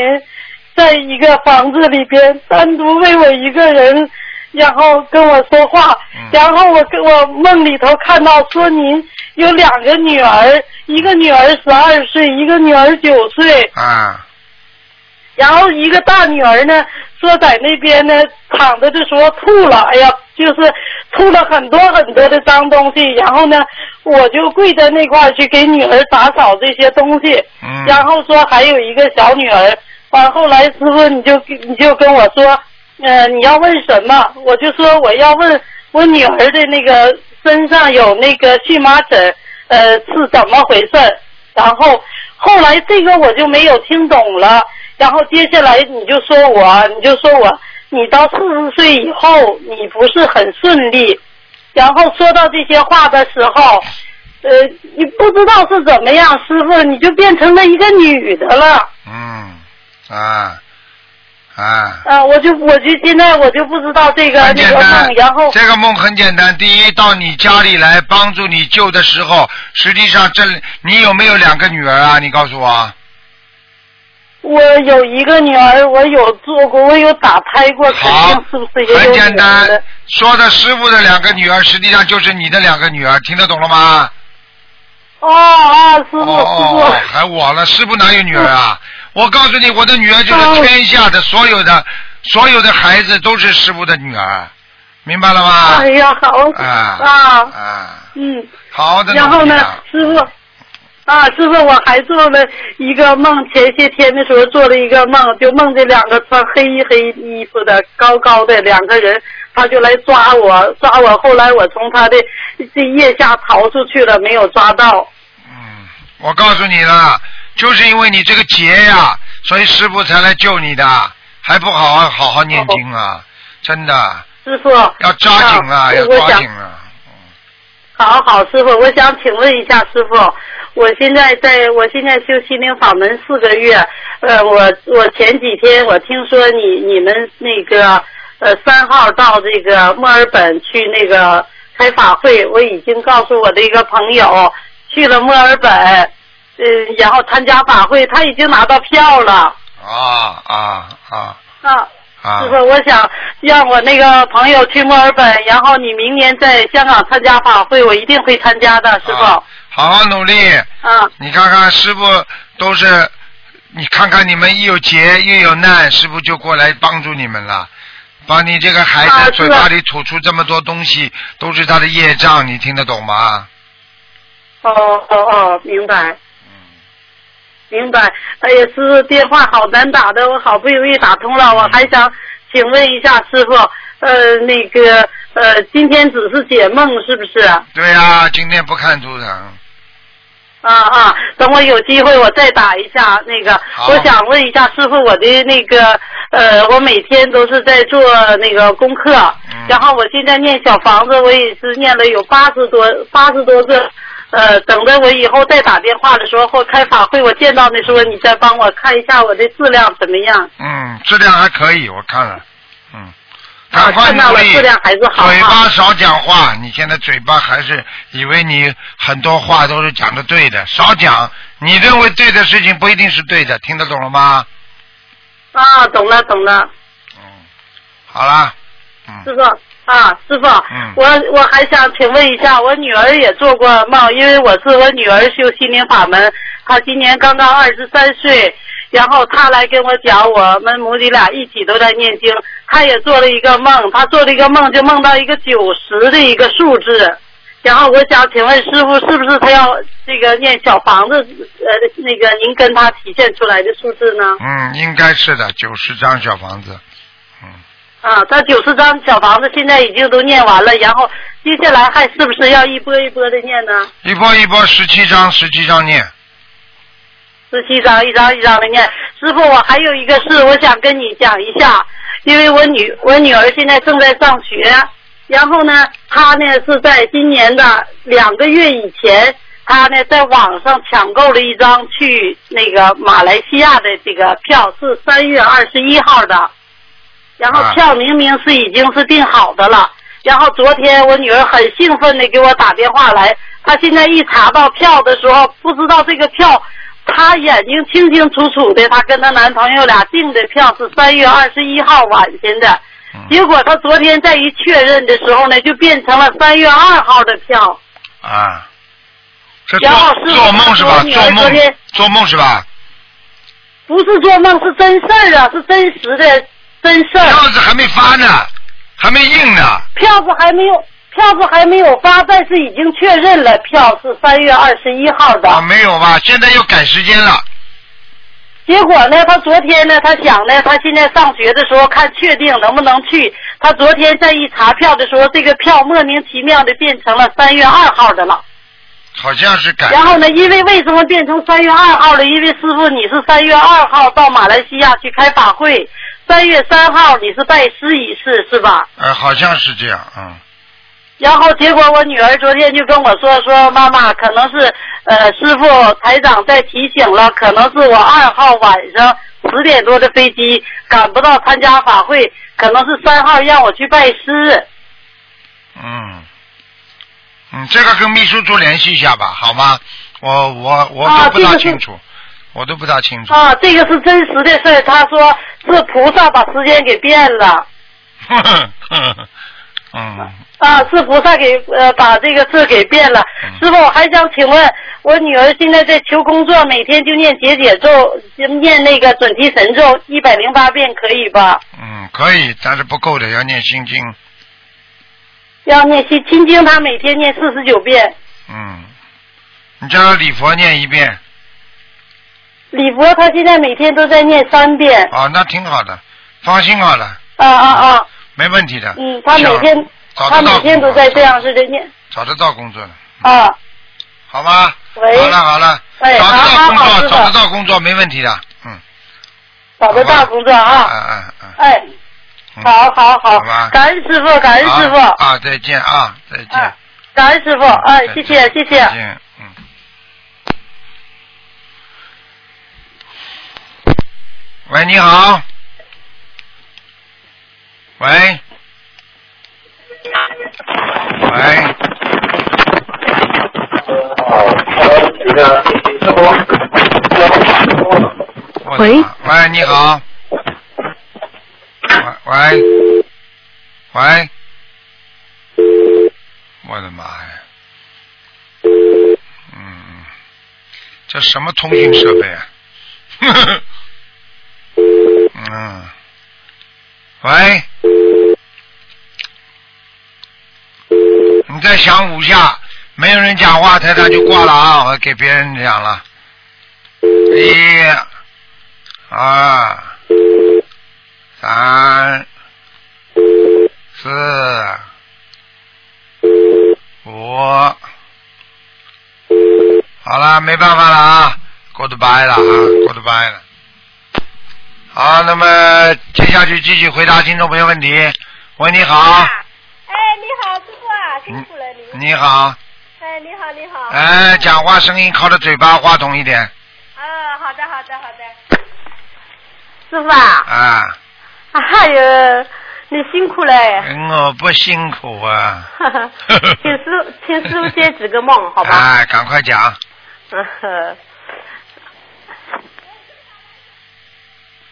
Speaker 3: 在一个房子里边单独为我一个人，然后跟我说话，
Speaker 1: 嗯
Speaker 3: 然后我跟我梦里头看到说您有两个女儿，一个女儿十二岁，一个女儿九岁，
Speaker 1: 啊，
Speaker 3: 然后一个大女儿呢说在那边呢躺着的时候吐了，哎呀，就是吐了很多很多的脏东西。然后呢，我就跪在那块儿去给女儿打扫这些东西。
Speaker 1: 嗯，
Speaker 3: 然后说还有一个小女儿，完后来师傅你就你就跟我说，呃，你要问什么？我就说我要问我女儿的那个身上有那个荨麻疹，呃，是怎么回事儿？然后后来这个我就没有听懂了，然后接下来你就说我，你就说我，你到四十岁以后你不是很顺利，然后说到这些话的时候，呃，你不知道是怎么样，师傅你就变成了一个女的了
Speaker 1: 嗯，啊，啊。
Speaker 3: 啊！我就我就现在我就不知道这个
Speaker 1: 很
Speaker 3: 那
Speaker 1: 简
Speaker 3: 个
Speaker 1: 单
Speaker 3: 梦，，然后
Speaker 1: 这个梦很简单。第一，到你家里来帮助你救的时候，实际上这你有没有两个女儿啊？你告诉我啊，
Speaker 3: 我有一个女儿，我有做过，我有打胎过，肯
Speaker 1: 好
Speaker 3: 定是不是也有
Speaker 1: 很
Speaker 3: 女儿
Speaker 1: 简单
Speaker 3: 的？。
Speaker 1: 说的师傅的两个女儿，实际上就是你的两个女儿，听得懂了吗？
Speaker 3: 哦哦，师傅
Speaker 1: 哦
Speaker 3: 师
Speaker 1: 哦
Speaker 3: 傅，，
Speaker 1: 还我了，师傅哪有女儿啊？我告诉你，我的女儿就是天下的所有的所有的孩子都是师傅的女儿，明白了吗
Speaker 3: 哎？呀，好
Speaker 1: 啊
Speaker 3: 啊，
Speaker 1: 啊，
Speaker 3: 嗯。
Speaker 1: 好好的。
Speaker 3: 然后呢，师傅，啊，师傅，我还做了一个梦，前些天的时候做了一个梦，就梦见两个穿黑衣黑衣服的高高的两个人，他就来抓我，抓我，后来我从他的这腋下逃出去了，没有抓到。
Speaker 1: 嗯，我告诉你了，就是因为你这个劫呀、所以师傅才来救你的，还不好好好好念经啊！真的
Speaker 3: 师傅，
Speaker 1: 要抓紧啊，要
Speaker 3: 我
Speaker 1: 抓
Speaker 3: 想
Speaker 1: 紧啊！
Speaker 3: 好好，师傅，我想请问一下师傅，我现在在我现在修心灵法门四个月，呃，我我前几天我听说你你们那个呃三号到这个墨尔本去那个开法会，我已经告诉我的一个朋友去了墨尔本，嗯、然后参加法会，他已经拿到票了。
Speaker 1: 啊啊啊
Speaker 3: 啊，
Speaker 1: 啊
Speaker 3: 师！傅，我想让我那个朋友去墨尔本，然后你明年在香港参加法会，我一定会参加的，师傅。
Speaker 1: 啊好好努力，
Speaker 3: 啊
Speaker 1: 你看看师傅都是你看看你们一有劫又有难，师傅就过来帮助你们了。把你这个孩
Speaker 3: 啊
Speaker 1: 子
Speaker 3: 是
Speaker 1: 嘴巴里吐出这么多东西，都是他的业障，你听得懂吗？
Speaker 3: 哦哦哦，明白。明白，哎呀，师傅电话好难打的，我好不容易打通了，我还想请问一下师傅，呃，那个呃，今天只是解梦是不是？
Speaker 1: 对呀、今天不看图腾，
Speaker 3: 啊啊，等我有机会我再打一下那个
Speaker 1: 好。
Speaker 3: 我想问一下师傅，我的那个呃，我每天都是在做那个功课，
Speaker 1: 嗯
Speaker 3: 然后我现在念小房子，我也是念了有八十多八十多个。呃，等着我以后再打电话的时候或开法会，我见到那时候你再帮我看一下我的质量怎么样。
Speaker 1: 嗯，质量还可以，我看了，嗯，
Speaker 3: 啊
Speaker 1: 赶快
Speaker 3: 看到
Speaker 1: 努
Speaker 3: 了
Speaker 1: 力，
Speaker 3: 质量还是好啊
Speaker 1: 嘴巴少讲话，你现在嘴巴还是以为你很多话都是讲的对的，少讲，你认为对的事情不一定是对的，听得懂了吗？
Speaker 3: 啊，懂了懂了。
Speaker 1: 嗯，好啦，嗯，
Speaker 3: 师傅啊，师傅，
Speaker 1: 嗯
Speaker 3: 我我还想请问一下，我女儿也做过梦，因为我是我女儿修心灵法门，她今年刚刚二十三岁，然后她来跟我讲，我们母女俩一起都在念经，她也做了一个梦，她做了一个梦就梦到一个九十的一个数字。然后我想请问师傅，是不是她要这个念小房子，呃，那个您跟她体现出来的数字呢？
Speaker 1: 嗯，应该是的，九十张小房子，嗯，
Speaker 3: 啊，他九十张小房子现在已经都念完了，然后接下来还是不是要一波一波的念呢？
Speaker 1: 一波一波十七张，十七张念，
Speaker 3: 十七张，一张一张的念。师傅，我还有一个事，我想跟你讲一下，因为我女我女儿现在正在上学，然后呢，她呢是在今年的两个月以前，她呢在网上抢购了一张去那个马来西亚的这个票，是三月二十一号的，然后
Speaker 1: 啊
Speaker 3: 票明明是已经是订好的了。然后昨天我女儿很兴奋的给我打电话来，她现在一查到票的时候，不知道这个票，她眼睛清清楚楚的，她跟她男朋友俩订的票是三月二十一号晚间的，
Speaker 1: 嗯，
Speaker 3: 结果她昨天再一确认的时候呢，就变成了三月二号的票。
Speaker 1: 啊，这
Speaker 3: 然后
Speaker 1: 做
Speaker 3: 师傅
Speaker 1: 做梦是
Speaker 3: 他
Speaker 1: 吧？
Speaker 3: 说女
Speaker 1: 做
Speaker 3: 儿昨
Speaker 1: 梦
Speaker 3: 天
Speaker 1: 做梦是吧？
Speaker 3: 不是做梦，是真事儿啊，是真实的真事儿。
Speaker 1: 票子还没发呢，还没印呢。
Speaker 3: 票子还没有，票子还没有发，但是已经确认了，票是三月二十一号的。
Speaker 1: 啊，没有吧？现在又赶时间了。
Speaker 3: 结果呢，他昨天呢，他想呢，他现在上学的时候看确定能不能去。他昨天再一查票的时候，这个票莫名其妙的变成了三月二号的了。
Speaker 1: 好像是赶
Speaker 3: 然后呢，因为为什么变成三月二号了？因为师傅你是三月二号到马来西亚去开法会，三月三号你是拜师仪式是吧？
Speaker 1: 呃，好像是这样，嗯，
Speaker 3: 然后结果我女儿昨天就跟我说说妈妈，可能是呃师傅台长在提醒了，可能是我二号晚上十点多的飞机赶不到参加法会，可能是三号让我去拜师。
Speaker 1: 嗯，嗯，这个跟秘书处联系一下吧，好吗？我我我
Speaker 3: 啊
Speaker 1: 都不大
Speaker 3: 这个是
Speaker 1: 清楚，我都不大清楚。 (laughs)
Speaker 3: 啊，这个是真实的事儿，他说是菩萨把时间给变了。
Speaker 1: 嗯，
Speaker 3: 啊，是菩萨给呃把这个字给变了。师傅，我还想请问，我女儿现在在求工作，每天就念解姐咒，就念那个准提神咒一百零八遍，可以吧？
Speaker 1: 嗯，可以，但是不够的，要念心经。
Speaker 3: 要念心心经，他每天念四十九遍，
Speaker 1: 嗯，你叫他礼佛念一遍，
Speaker 3: 礼佛他现在每天都在念三遍。
Speaker 1: 哦，那挺好的，放心好了，
Speaker 3: 啊啊啊！
Speaker 1: 没问题的。
Speaker 3: 嗯，他每
Speaker 1: 想
Speaker 3: 天
Speaker 1: 找
Speaker 3: 他
Speaker 1: 得到
Speaker 3: 每天
Speaker 1: 工
Speaker 3: 都
Speaker 1: 作
Speaker 3: 在这样式的念
Speaker 1: 找得到工作了，
Speaker 3: 啊。
Speaker 1: 好吗？
Speaker 3: 喂，
Speaker 1: 好了好了，
Speaker 3: 喂，
Speaker 1: 找
Speaker 3: 好
Speaker 1: 得到
Speaker 3: 好
Speaker 1: 工
Speaker 3: 好，师
Speaker 1: 作，找得
Speaker 3: 傅，
Speaker 1: 到工作没问题的，嗯，
Speaker 3: 找得到工作
Speaker 1: 嗯
Speaker 3: 啊！
Speaker 1: 嗯嗯
Speaker 3: 哎，
Speaker 1: 嗯，
Speaker 3: 好好
Speaker 1: 好
Speaker 3: 好
Speaker 1: 吧，
Speaker 3: 感恩师傅，感恩师傅，
Speaker 1: 啊啊，再见啊，再见
Speaker 3: 啊，感恩师傅，哎，谢谢谢谢。
Speaker 1: 再见，嗯。喂，你好。喂。喂，我的妈啊喂，你好。喂喂喂，我的妈呀！嗯，这什么通讯设备啊？ (laughs) 嗯，喂，你再响五下，没有人讲话，台长就挂了啊！我给别人讲了，一、二、三、四、五，好了，没办法了啊，goodbye 了啊，goodbye 了。好，那么接下去继续回答听众朋友问题。喂，你好，嗯
Speaker 5: 哎，你好，师傅啊，辛苦了你。
Speaker 1: 你好，
Speaker 5: 哎，你好，你好。
Speaker 1: 哎，讲话声音靠着嘴巴话筒一点
Speaker 5: 啊，好的，好的，好的。
Speaker 6: 师傅啊， (laughs)
Speaker 1: 啊。
Speaker 6: 哎呦，你辛苦嘞， (laughs)
Speaker 1: 嗯，我不辛苦啊。
Speaker 6: 哈哈请师 (laughs) 傅请师傅接几个梦，好吧？ (laughs)
Speaker 1: 哎，赶快讲
Speaker 6: 嗯呵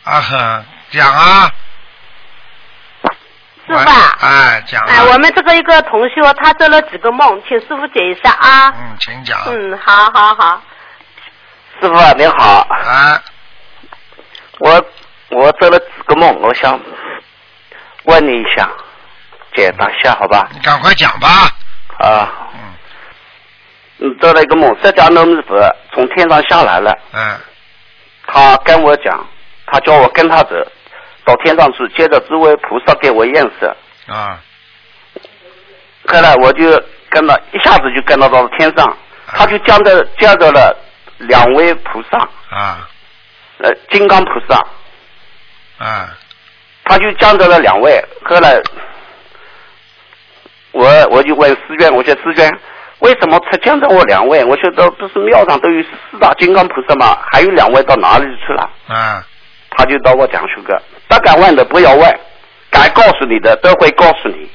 Speaker 1: 啊呵，讲啊。
Speaker 6: 师傅啊，
Speaker 1: 哎，讲啊。
Speaker 6: 哎，我们这个一个同学他做了几个梦，请师傅解一下啊。
Speaker 1: 嗯，请讲。
Speaker 6: 嗯，好好 (laughs) 好，
Speaker 7: 师傅您好，
Speaker 1: 啊，
Speaker 7: 我我做了几个梦，我想问你一下，解答一下好吧？
Speaker 1: 你赶快讲吧。
Speaker 7: 啊，
Speaker 1: 嗯
Speaker 7: 嗯，做了一个梦，释迦牟尼佛从天上下来了，
Speaker 1: 嗯
Speaker 7: 他跟我讲，他叫我跟他走到天上去，接着诸位菩萨给我验色，
Speaker 1: 啊
Speaker 7: 后来我就跟他一下子就跟他到了天上，他就见到见到了两位菩萨，
Speaker 1: 啊
Speaker 7: 呃，金刚菩萨，
Speaker 1: 啊
Speaker 7: 他就降到了两位。后来我我就问思娟，我说思娟，为什么才降到我两位？我说这不是庙上都有四大金刚菩萨吗？还有两位到哪里去了？
Speaker 1: 啊 (laughs)
Speaker 7: 他就到我讲述个，不敢问的不要问，敢告诉你的都会告诉你。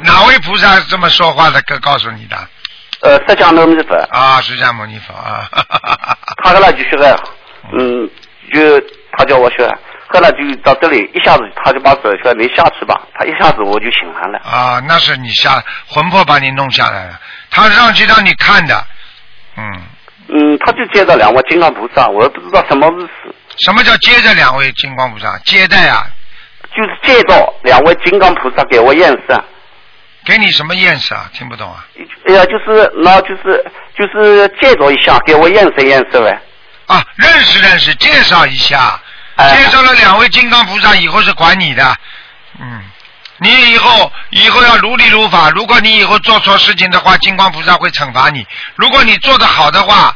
Speaker 1: 哪位菩萨这么说话的？告告诉你的
Speaker 7: 呃，释迦牟尼佛，
Speaker 1: 啊，释迦牟尼佛啊，
Speaker 7: 他后来就说个，嗯，就他叫我学，后来就到这里，一下子他就把手说你下去吧，他一下子我就醒来了。
Speaker 1: 啊，那是你下魂魄把你弄下来了，他上去让你看的，嗯，
Speaker 7: 嗯，他就接到两位金刚菩萨，我也不知道什么意思，
Speaker 1: 什么叫接着两位金光菩萨接待啊？
Speaker 7: 就是接到两位金刚菩萨给我验色，啊
Speaker 1: 给你什么验识啊？听不懂啊？
Speaker 7: 哎呀，就是那就是就是介绍一下，给我验色验色呗。
Speaker 1: 啊，认识认识，介绍一下，
Speaker 7: 哎
Speaker 1: 介绍了两位金刚菩萨，以后是管你的，嗯，你以后以后要如理如法。如果你以后做错事情的话，金刚菩萨会惩罚你；如果你做得好的话，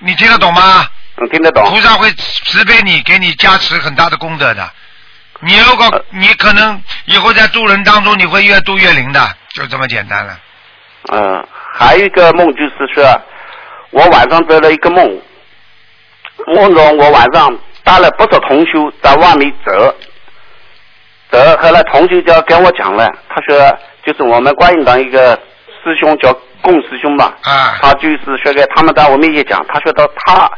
Speaker 1: 你听得懂吗？
Speaker 7: 你听得懂？
Speaker 1: 菩萨会慈悲你，给你加持很大的功德的。你如果
Speaker 7: 呃
Speaker 1: 你可能以后在渡人当中，你会越渡越灵的，就这么简单了。
Speaker 7: 嗯，还有一个梦就是说，我晚上做了一个梦，梦中我晚上带了不少同修在外面走，走后来同修就跟我讲了，他说就是我们观音堂一个师兄叫龚师兄吧，
Speaker 1: 啊
Speaker 7: 他就是说个他们在我面前讲，他说到他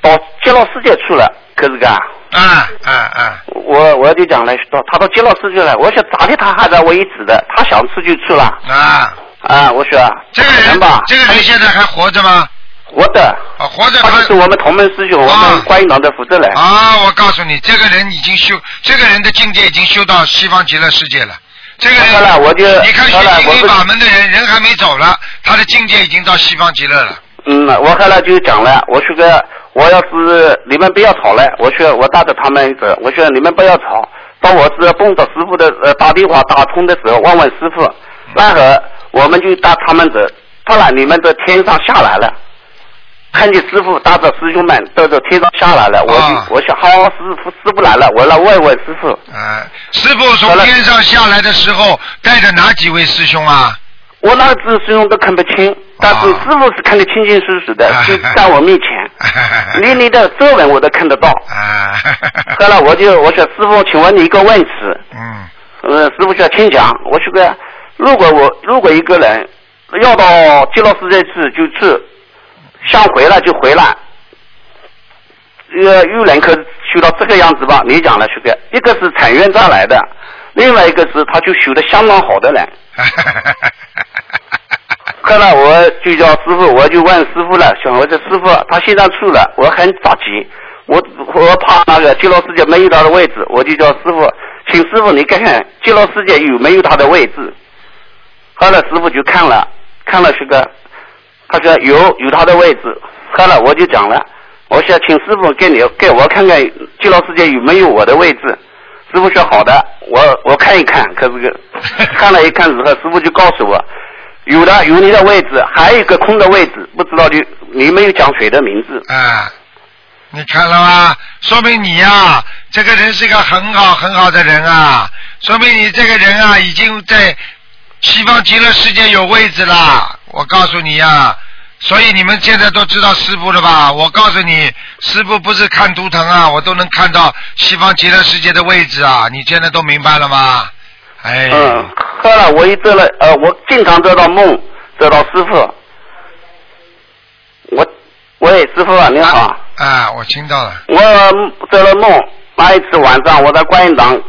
Speaker 7: 到极乐世界去了，可是个啊。
Speaker 1: 啊啊啊！
Speaker 7: 我我就讲了，到他到极乐世界了。我说咋的，他还在为止的，他想去就去了
Speaker 1: 啊！
Speaker 7: 啊！我说
Speaker 1: 这个
Speaker 7: 不可能
Speaker 1: 人
Speaker 7: 吧，，哎
Speaker 1: 这个人现在还活着吗？
Speaker 7: 活的，
Speaker 1: 啊，活着
Speaker 7: 他
Speaker 1: 他
Speaker 7: 就是我们同门师兄，我
Speaker 1: 啊
Speaker 7: 们观音堂的负责人。
Speaker 1: 啊，我告诉你，这个人已经修，这个人的境界已经修到西方极乐世界了。这个
Speaker 7: 好了
Speaker 1: 人，
Speaker 7: 我就
Speaker 1: 你看
Speaker 7: 好了
Speaker 1: 学心
Speaker 7: 我
Speaker 1: 灵
Speaker 7: 不
Speaker 1: 法门的人，人还没走了，他的境界已经到西方极乐了。
Speaker 7: 嗯，我后来就讲了，我说个，我要是你们不要吵了，我说我带着他们走，我说你们不要吵。当我是碰到师傅的呃打电话打通的时候，问问师傅，
Speaker 1: 嗯
Speaker 7: 然后我们就带他们走。突然你们在天上下来了，看见师傅带着师兄们都在天上下来了，我就、
Speaker 1: 啊
Speaker 7: 我想好师傅师傅来了，我来问问师傅。
Speaker 1: 啊，师傅从
Speaker 7: 好了
Speaker 1: 天上下来的时候，带着哪几位师兄啊？
Speaker 7: 我那个师兄都看不清，但是
Speaker 1: 啊
Speaker 7: 师傅是看得清清楚楚的，就在我面前，连你的皱纹我都看得到。
Speaker 1: 啊，
Speaker 7: 后来我就我说师傅，请问你一个问题，
Speaker 1: 嗯
Speaker 7: 呃，师傅说请讲。我说个，如果我如果一个人要到极乐世界去就去，想回来就回来，呃，有人可修到这个样子吧？你讲了，修哥，一个是产院再来的，另外一个是他就修的相当好的人。后来我就叫师傅，我就问师傅了，想我这师傅他心脏出了，我很着急，我我怕那个极乐世界没有他的位置，我就叫师傅，请师傅你看看极乐世界有没有他的位置。后来师傅就看了，看了是个，他说有有他的位置。后来我就讲了，我说请师傅给你给我看看极乐世界有没有我的位置。师傅说好的，我我看一看，可是个看了一看之后，师傅就告诉我，有的有你的位置，还有一个空的位置，不知道你你没有讲谁的名字。
Speaker 1: 啊，你看了吗？说明你呀、这个人是一个很好很好的人啊，说明你这个人啊，已经在西方极乐世界有位置啦。我告诉你呀、所以你们现在都知道师傅了吧？我告诉你，师傅不是看图腾啊，我都能看到西方极乐世界的位置啊。你现在都明白了吗？哎，
Speaker 7: 嗯，后来我一做了，呃，我经常做到梦，做到师傅。我，喂，师傅啊，你好，
Speaker 1: 啊，我听到了，
Speaker 7: 我做了梦，那一次晚上我在观音堂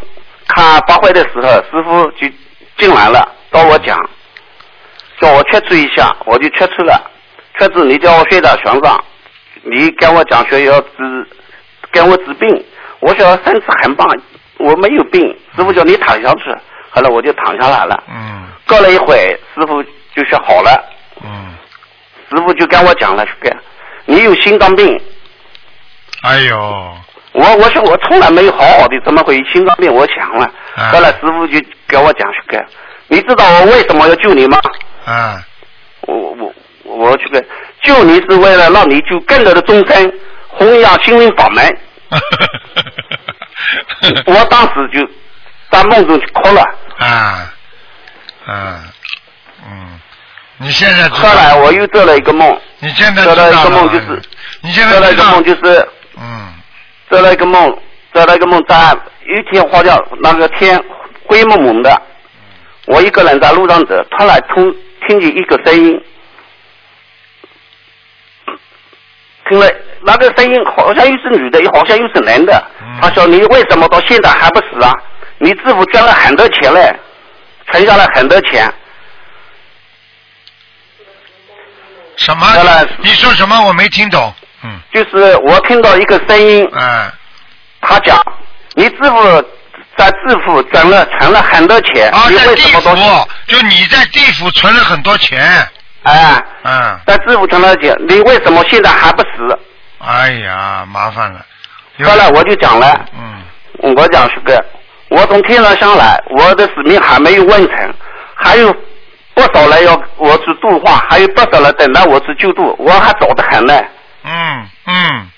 Speaker 7: 看八会的时候，师傅就进来了，找我讲，叫我切除一下，我就切除了，切除你叫我睡在床上，你跟我讲说要治，跟我治病，我说身体很棒，我没有病，师傅叫你躺下去，后来我就躺下来了。
Speaker 1: 嗯
Speaker 7: 过了一会，师傅就说好了，
Speaker 1: 嗯，
Speaker 7: 师傅就跟我讲了，这个你有心脏病。
Speaker 1: 哎呦，
Speaker 7: 我我说我从来没有好好的，怎么会有心脏病？我想了，
Speaker 1: 啊
Speaker 7: 后来师傅就跟我讲这个，你知道我为什么要救你吗？
Speaker 1: 啊，
Speaker 7: 我我我这个救你是为了让你救更多的众生，弘扬心灵法门。 (laughs) 我当时就在梦中就哭了，
Speaker 1: 啊，啊，嗯，你现在知
Speaker 7: 后
Speaker 1: 道
Speaker 7: 来我又做了一个梦，
Speaker 1: 你现在知
Speaker 7: 做
Speaker 1: 道
Speaker 7: 了一
Speaker 1: 了
Speaker 7: 个梦就是，
Speaker 1: 你现
Speaker 7: 做
Speaker 1: 在
Speaker 7: 了
Speaker 1: 知
Speaker 7: 一个
Speaker 1: 道
Speaker 7: 梦，就是
Speaker 1: 嗯，
Speaker 7: 做了一个梦，做了一个梦，在一天花掉那个天灰蒙蒙的，我一个人在路上走，突然突听见一个声音，听了那个声音好像又是女的，又好像又是男的
Speaker 1: 嗯。
Speaker 7: 他说：“你为什么到现在还不死啊？你师傅捐了很多钱嘞，存下了很多钱。
Speaker 1: 什
Speaker 7: 后
Speaker 1: 么
Speaker 7: 来？
Speaker 1: 你说什么？我没听懂。嗯，
Speaker 7: 就是我听到一个声音，
Speaker 1: 啊
Speaker 7: 他讲，你师傅在致富捐了存了很多钱，
Speaker 1: 啊，
Speaker 7: 你
Speaker 1: 在
Speaker 7: 为
Speaker 1: 地
Speaker 7: 什么到现
Speaker 1: 府，就你在地府存了很多钱。
Speaker 7: 哎，
Speaker 1: 嗯，
Speaker 7: 在知府堂那姐，你为什么现在还不死？
Speaker 1: 哎呀，麻烦了。有
Speaker 7: 后来我就讲了，
Speaker 1: 嗯
Speaker 7: 我讲是个，我从天上上来，我的使命还没有完成，还有不少人要我去度化，还有不少人等待我去救度，我还早得很呢，
Speaker 1: 嗯嗯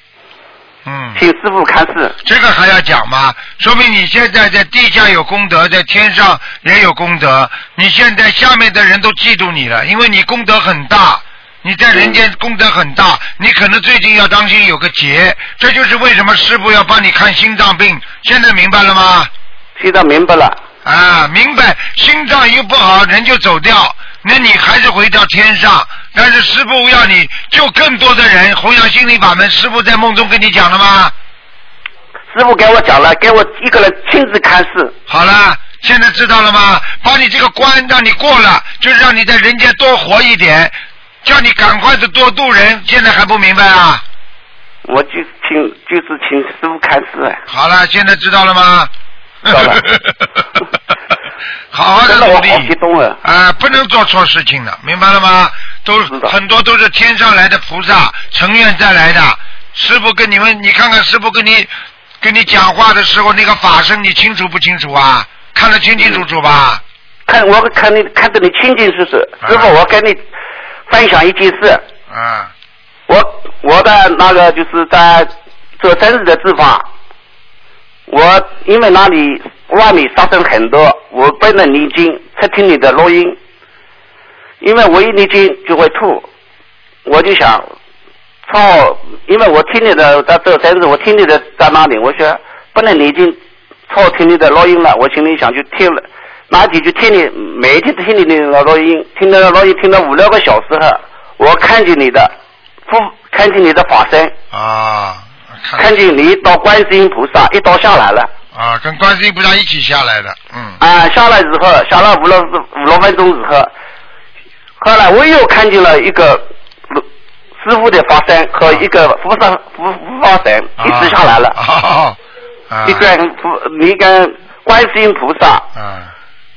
Speaker 1: 嗯，
Speaker 7: 请师傅开示。
Speaker 1: 这个还要讲吗？说明你现在在地下有功德，在天上也有功德。你现在下面的人都嫉妒你了，因为你功德很大。你在人间功德很大，你可能最近要当心有个劫，这就是为什么师傅要帮你看心脏病。现在明白了吗？
Speaker 7: 现在明白了，
Speaker 1: 啊，明白，心脏一不好，人就走掉，那你还是回到天上。但是师傅要你救更多的人，弘扬心灵法门。师傅在梦中跟你讲了吗？
Speaker 7: 师傅给我讲了，啊给我一个人亲自开示。
Speaker 1: 好了，现在知道了吗？把你这个关让你过了，就是让你在人间多活一点，叫你赶快的多度人。现在还不明白啊？
Speaker 7: 我就请，就是请师傅开示。
Speaker 1: 好了，现在知道了吗？
Speaker 7: 知道了
Speaker 1: (laughs) 好好的
Speaker 7: 真的，我
Speaker 1: 努
Speaker 7: 好激
Speaker 1: 力。
Speaker 7: 动啊！
Speaker 1: 啊，不能做错事情的，明白了吗？都
Speaker 7: 知道
Speaker 1: 很多都是天上来的菩萨，成愿再来的。师傅跟你们，你看看师傅跟你跟你讲话的时候，那个法身你清楚不清楚啊？看得清清楚楚吧？
Speaker 7: 看，我看你看得你清清楚楚。
Speaker 1: 啊
Speaker 7: 师傅，我跟你分享一件事。
Speaker 1: 啊
Speaker 7: 我我的那个就是在做生日的地方，我因为那里外面杀生很多，我不能念经，才听你的录音，因为我一念经就会吐，我就想，操，因为我听你的在做生日，我听你的在那里，我说不能念经，操，听你的录音了，我心里想就听了。哪几句听你，每一天都听你的录音，听你的录音听了五六个小时后，我看见你的，不看见你的法身，
Speaker 1: 啊，看
Speaker 7: 看见你一道观世音菩萨一刀下来了，
Speaker 1: 啊，跟观世音菩萨一起下来的，嗯
Speaker 7: 啊，下来之后，下来五六五六分钟之后，后来我又看见了一个师傅的法身
Speaker 1: 啊
Speaker 7: 和一个菩萨菩菩萨神一直下来了，
Speaker 1: 哦，啊
Speaker 7: 一根菩一根观世音菩萨，
Speaker 1: 啊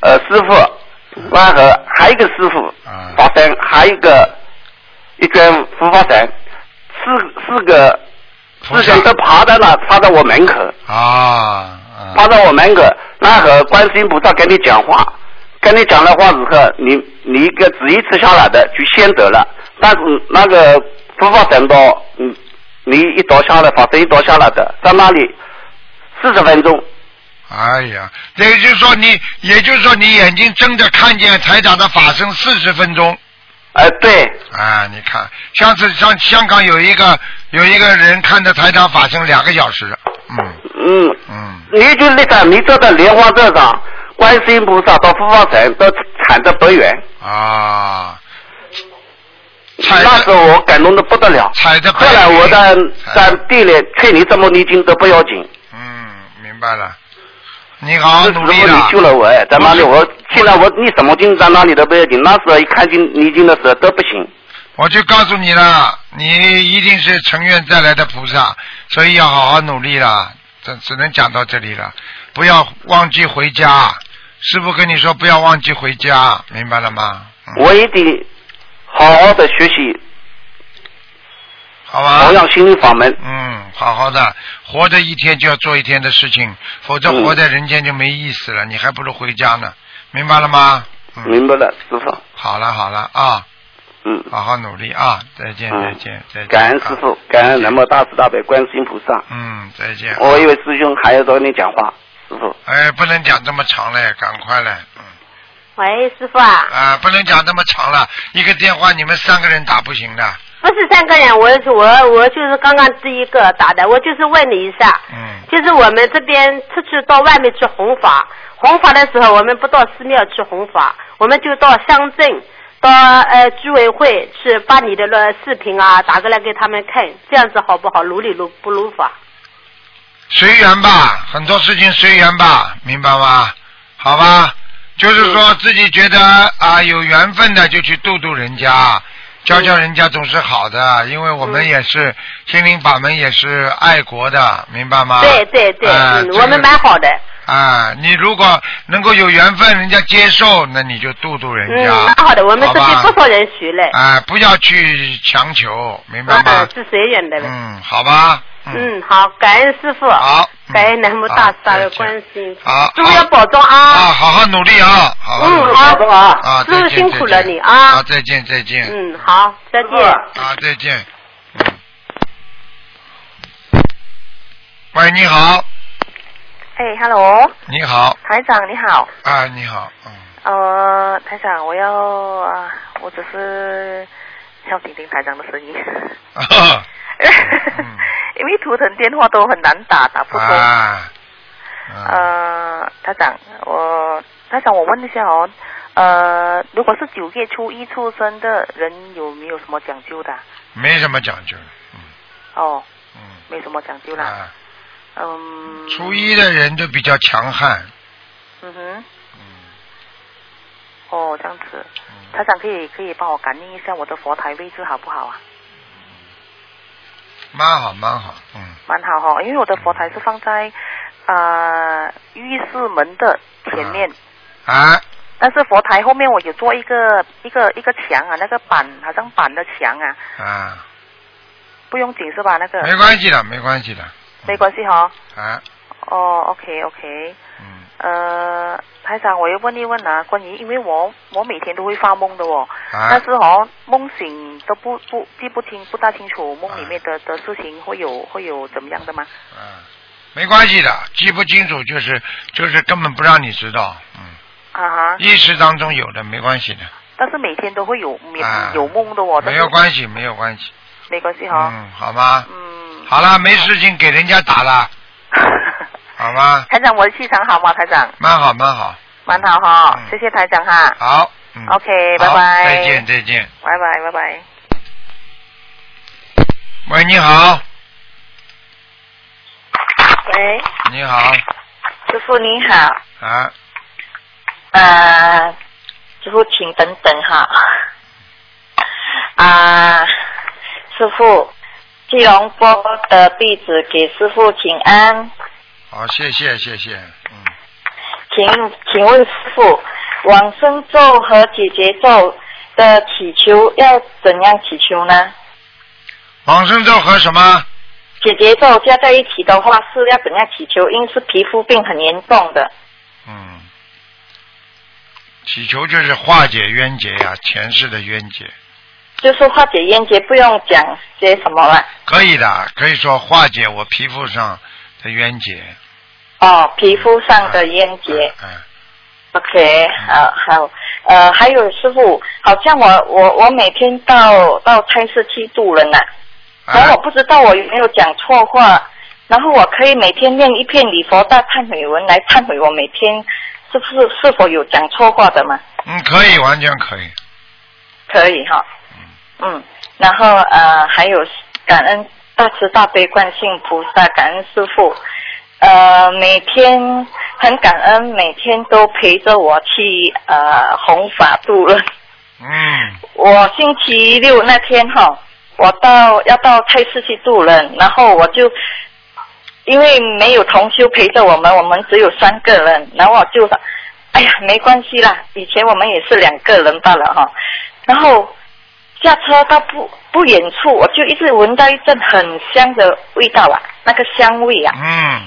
Speaker 7: 呃师傅，万和还有一个师傅
Speaker 1: 啊
Speaker 7: 法身，还有一个一根护法神，四四个
Speaker 1: 菩
Speaker 7: 师
Speaker 1: 萨
Speaker 7: 兄都爬到那，爬到我门口，
Speaker 1: 啊啊
Speaker 7: 爬到我门口，那和观世音菩萨跟你讲话，跟你讲了话之后，你你一个只一次下来的就先走了，但是那个护法神道，你嗯你一刀下来，法身一刀下来的，在那里四十分钟，
Speaker 1: 哎呀，也就是说你，也就是说你眼睛睁着看见台长的法身四十分钟
Speaker 7: 哎、对，
Speaker 1: 啊！你看，上次上香港有一个有一个人看着台长法身两个小时，嗯
Speaker 7: 嗯。
Speaker 1: 嗯，
Speaker 7: 你就那个，你坐在莲花座上，观世音菩萨到护法神都缠着不远，
Speaker 1: 啊，踩
Speaker 7: 那时
Speaker 1: 着
Speaker 7: 候我感动的不得了。
Speaker 1: 踩着
Speaker 7: 后
Speaker 1: 白云，
Speaker 7: 来我在在
Speaker 1: 踩着
Speaker 7: 地里劝你这么念经都不要紧，
Speaker 1: 嗯，明白了，你好好啊
Speaker 7: 这时
Speaker 1: 努
Speaker 7: 候
Speaker 1: 力了
Speaker 7: 你，救了我哎，在那里我现在我念什么经在那里都不要紧，那时候一看经念经的时候都不行。
Speaker 1: 我就告诉你了，你一定是成愿再来的菩萨，所以要好好努力了。这只能讲到这里了，不要忘记回家。师傅跟你说不要忘记回家，明白了吗？嗯、
Speaker 7: 我也得好好的学习，
Speaker 1: 好
Speaker 7: 弘
Speaker 1: 吧。
Speaker 7: 扬心灵法门。
Speaker 1: 嗯，好好的，活着一天就要做一天的事情，否则
Speaker 7: 嗯
Speaker 1: 活在人间就没意思了。你还不如回家呢，明白了吗？嗯，
Speaker 7: 明白了，师傅。
Speaker 1: 好了好了啊，
Speaker 7: 嗯，
Speaker 1: 好好努力啊，再见
Speaker 7: 嗯
Speaker 1: 再见再见。
Speaker 7: 感恩师
Speaker 1: 啊
Speaker 7: 傅，感恩南无大慈大悲观世音菩萨。
Speaker 1: 嗯，再见。
Speaker 7: 我以为师兄还要找你讲话，师傅。
Speaker 1: 哎，不能讲这么长嘞，赶快嘞，嗯，
Speaker 6: 喂，师傅啊，
Speaker 1: 啊，不能讲这么长了，一个电话你们三个人打不行的，
Speaker 6: 不是三个人，我我我就是刚刚第一个打的，我就是问你一下，
Speaker 1: 嗯，
Speaker 6: 就是我们这边出去到外面去弘法，弘法的时候我们不到寺庙去弘法，我们就到乡镇，到呃居委会去把你的那视频啊打过来给他们看，这样子好不好？如理如不如法？
Speaker 1: 随缘吧，很多事情随缘吧，明白吗？好吧，就是说自己觉得啊有缘分的就去度度人家，教教人家总是好的，因为我们也是心灵法门，也是爱国的，明白吗？
Speaker 6: 对对对，
Speaker 1: 啊
Speaker 6: 嗯，
Speaker 1: 这个
Speaker 6: 我们蛮好的，
Speaker 1: 啊，你如果能够有缘分，人家接受，那你就度度人
Speaker 6: 嗯，
Speaker 1: 家。
Speaker 6: 蛮好的，我们
Speaker 1: 哎好
Speaker 6: 这
Speaker 1: 吧
Speaker 6: 边不少人学嘞，
Speaker 1: 啊、不要去强求，明白吗
Speaker 6: 嗯，？是随缘的嘞。
Speaker 1: 嗯，好吧。嗯，
Speaker 6: 嗯，好，感恩师傅。
Speaker 1: 好嗯
Speaker 6: 感恩南无大慈大悲
Speaker 1: 好
Speaker 6: 观世音菩萨。
Speaker 1: 好
Speaker 6: 师傅要保重
Speaker 1: 啊，
Speaker 6: 啊。
Speaker 1: 好好努力啊，好好努
Speaker 6: 嗯，
Speaker 1: 力
Speaker 6: 好。
Speaker 1: 啊，
Speaker 6: 师
Speaker 1: 再
Speaker 6: 傅
Speaker 1: 见，
Speaker 6: 辛苦了
Speaker 1: 再见
Speaker 6: 你
Speaker 1: 啊，
Speaker 6: 啊。
Speaker 1: 再见，再见。
Speaker 6: 嗯，好，再见。
Speaker 1: 啊，再见。嗯。喂，你好，
Speaker 8: 哎，Hello，
Speaker 1: 你好，
Speaker 8: 台长你好。
Speaker 1: 啊，你好，嗯，
Speaker 8: 呃，台长，我要啊，我只是要听听台长的声音，
Speaker 1: 啊
Speaker 8: (laughs) 因为图腾电话都很难打，打不通。
Speaker 1: 啊，嗯
Speaker 8: 呃，台长，我台长，我问一下哦，呃，如果是九月初一出生的人，有没有什么讲究的啊？
Speaker 1: 没什么讲究，
Speaker 8: 哦，
Speaker 1: 嗯
Speaker 8: 没什么讲究
Speaker 1: 嗯，
Speaker 8: 啦。
Speaker 1: 啊，
Speaker 8: 嗯。
Speaker 1: 初。一的人都比较强悍，
Speaker 8: 嗯哼。
Speaker 1: 嗯
Speaker 8: 哦，这样子，
Speaker 1: 嗯。
Speaker 8: 台长可以可以帮我感应一下我的佛台位置好不好啊？
Speaker 1: 蛮好，蛮好，嗯，
Speaker 8: 蛮好哈、因为我的佛台是放在呃浴室门的前面，
Speaker 1: 啊，
Speaker 8: 但是佛台后面我有做一个一个一个墙啊，那个板好像板的墙啊，
Speaker 1: 啊，
Speaker 8: 不用紧是吧？那个
Speaker 1: 没关系的，没关系的，
Speaker 8: 没关系哈、
Speaker 1: 啊，
Speaker 8: 哦，OK OK，
Speaker 1: 嗯，
Speaker 8: 呃，台长，我又问一问啊，关于因为我我每天都会发梦的哦，
Speaker 1: 啊
Speaker 8: 但，是哦梦醒都不不记不清不大清楚梦里面的的事情会有会有怎么样的吗？
Speaker 1: 啊，没关系的，记不清楚就是就是根本不让你知道，嗯，
Speaker 8: 啊哈，
Speaker 1: 意识当中有的，没关系的，
Speaker 8: 但是每天都会有有
Speaker 1: 啊
Speaker 8: 有梦的哦，
Speaker 1: 没
Speaker 8: 但是
Speaker 1: 有关系，没有关系，
Speaker 8: 没关系哈、
Speaker 1: 嗯，好吗？
Speaker 8: 嗯，
Speaker 1: 好了，没事情给人家打
Speaker 8: (laughs)
Speaker 1: 了，好吗？
Speaker 8: 台长，我的气场好吗？台长，
Speaker 1: 蛮好，蛮好，
Speaker 8: 蛮好哈、
Speaker 1: 嗯
Speaker 8: 谢谢台长哈，
Speaker 1: 好，嗯
Speaker 8: OK，
Speaker 1: 好
Speaker 8: 拜拜
Speaker 1: 再见，再见。
Speaker 8: 拜拜拜拜。
Speaker 1: 喂，你好，
Speaker 8: 喂，
Speaker 1: 你好，
Speaker 8: 师傅你好，
Speaker 1: 啊，
Speaker 8: 呃，师傅请等等哈，
Speaker 9: 啊，师傅，吉隆坡的弟子给师傅请安。
Speaker 1: 好，谢谢谢谢。
Speaker 9: 请请问师傅，往生咒和解结咒的祈求要怎样祈求呢？
Speaker 1: 往生咒和什么？
Speaker 9: 解结咒加在一起的话是要怎样祈求？因为是皮肤病很严重的。
Speaker 1: 嗯，祈求就是化解冤结呀、前世的冤结，
Speaker 9: 就是化解冤结，不用讲些什么了。
Speaker 1: 可以的，可以说化解我皮肤上的冤结。
Speaker 9: 哦，皮肤上的冤结。OK，好好，呃，还有师傅，好像我我我每天到到菜市去度人呐、啊然后我不知道我有没有讲错话，然后我可以每天念一片礼佛大忏悔文来忏悔我每天是不是是否有讲错话的嘛？
Speaker 1: 嗯，可以，完全可以。
Speaker 9: 可以哈，嗯，然后呃还有感恩大慈大悲观世音菩萨，感恩师傅，呃每天很感恩，每天都陪着我去呃弘法度人。
Speaker 1: 嗯，
Speaker 9: 我星期六那天哈，我到要到菜市去度人，然后我就因为没有同修陪着我们，我们只有三个人，然后我就哎呀没关系啦，以前我们也是两个人罢了哈。然后下车到不不远处，我就一直闻到一阵很香的味道啊，那个香味啊，
Speaker 1: 嗯，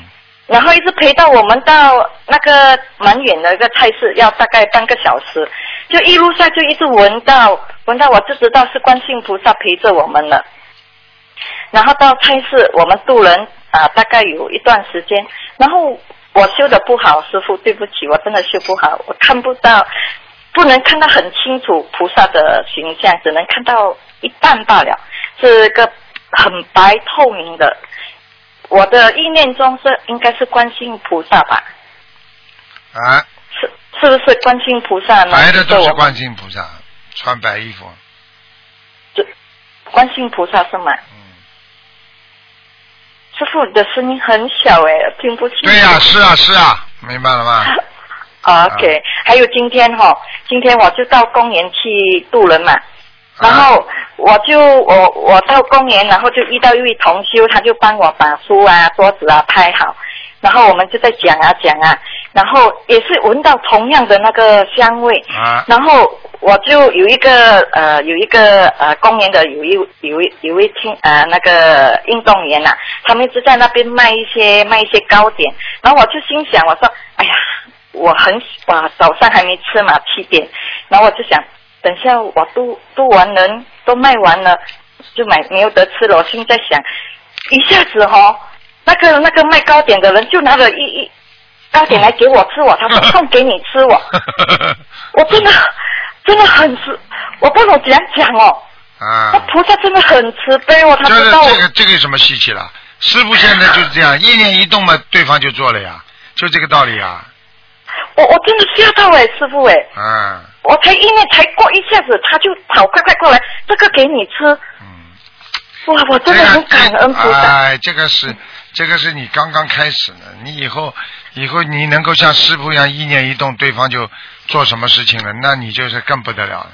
Speaker 9: 然后一直陪到我们到那个蛮远的一个菜市，要大概半个小时，就一路上就一直闻到，闻到我就知道是观世音菩萨陪着我们了。然后到菜市，我们渡人啊、大概有一段时间，然后我修的不好，师傅对不起，我真的修不好，我看不到，不能看到很清楚菩萨的形象，只能看到一半罢了，是个很白透明的。我的意念中是应该是观世音菩萨吧？
Speaker 1: 啊，
Speaker 9: 是不是观世音菩萨呢？
Speaker 1: 白的都
Speaker 9: 就
Speaker 8: 嗯
Speaker 9: 是我
Speaker 1: 观世音菩萨，穿白衣服。
Speaker 9: 观世音菩萨是吗？师傅，你的声音很小哎，听不清。
Speaker 1: 对呀、是啊，是啊，明白了
Speaker 8: (laughs)
Speaker 1: 吗？
Speaker 9: 啊 OK，、还有今天哈、今天我就到公园去渡人嘛，然后我就我我到公园，然后就遇到一位同修，他就帮我把书啊、桌子啊拍好，然后我们就在讲啊讲啊，然后也是闻到同样的那个香味，
Speaker 1: 啊，
Speaker 9: 然后我就有一个呃，有一个呃，公园的有一有一有一听呃那个运动员呐、啊他们一直在那边卖一些卖一些糕点，然后我就心想，我说，哎呀，我很我早上还没吃嘛，七点，然后我就想，等下我都都完人都卖完了，就买没有得吃了，我心在想，一下子哈、哦，那个那个卖糕点的人就拿了一一糕点来给我吃我，他说送给你吃我。我真的真的很慈，我不懂怎样讲哦。
Speaker 1: 啊
Speaker 9: 那，菩萨真的很慈悲哦，他
Speaker 1: 这
Speaker 9: 知
Speaker 1: 个
Speaker 9: 道我
Speaker 1: 这个这个有什么稀奇了？师傅现在就是这样，一念一动嘛，对方就做了呀，就这个道理呀。
Speaker 9: 我我真的吓到哎，师傅哎，
Speaker 1: 啊，
Speaker 9: 我才一念才过一下子，他就跑快快过来，这个给你吃。
Speaker 1: 嗯
Speaker 9: 哇，我真的很感恩菩萨。
Speaker 1: 哎，这个是这个是你刚刚开始呢，你以后以后你能够像师傅一样一念一动，对方就做什么事情了，那你就是更不得了了。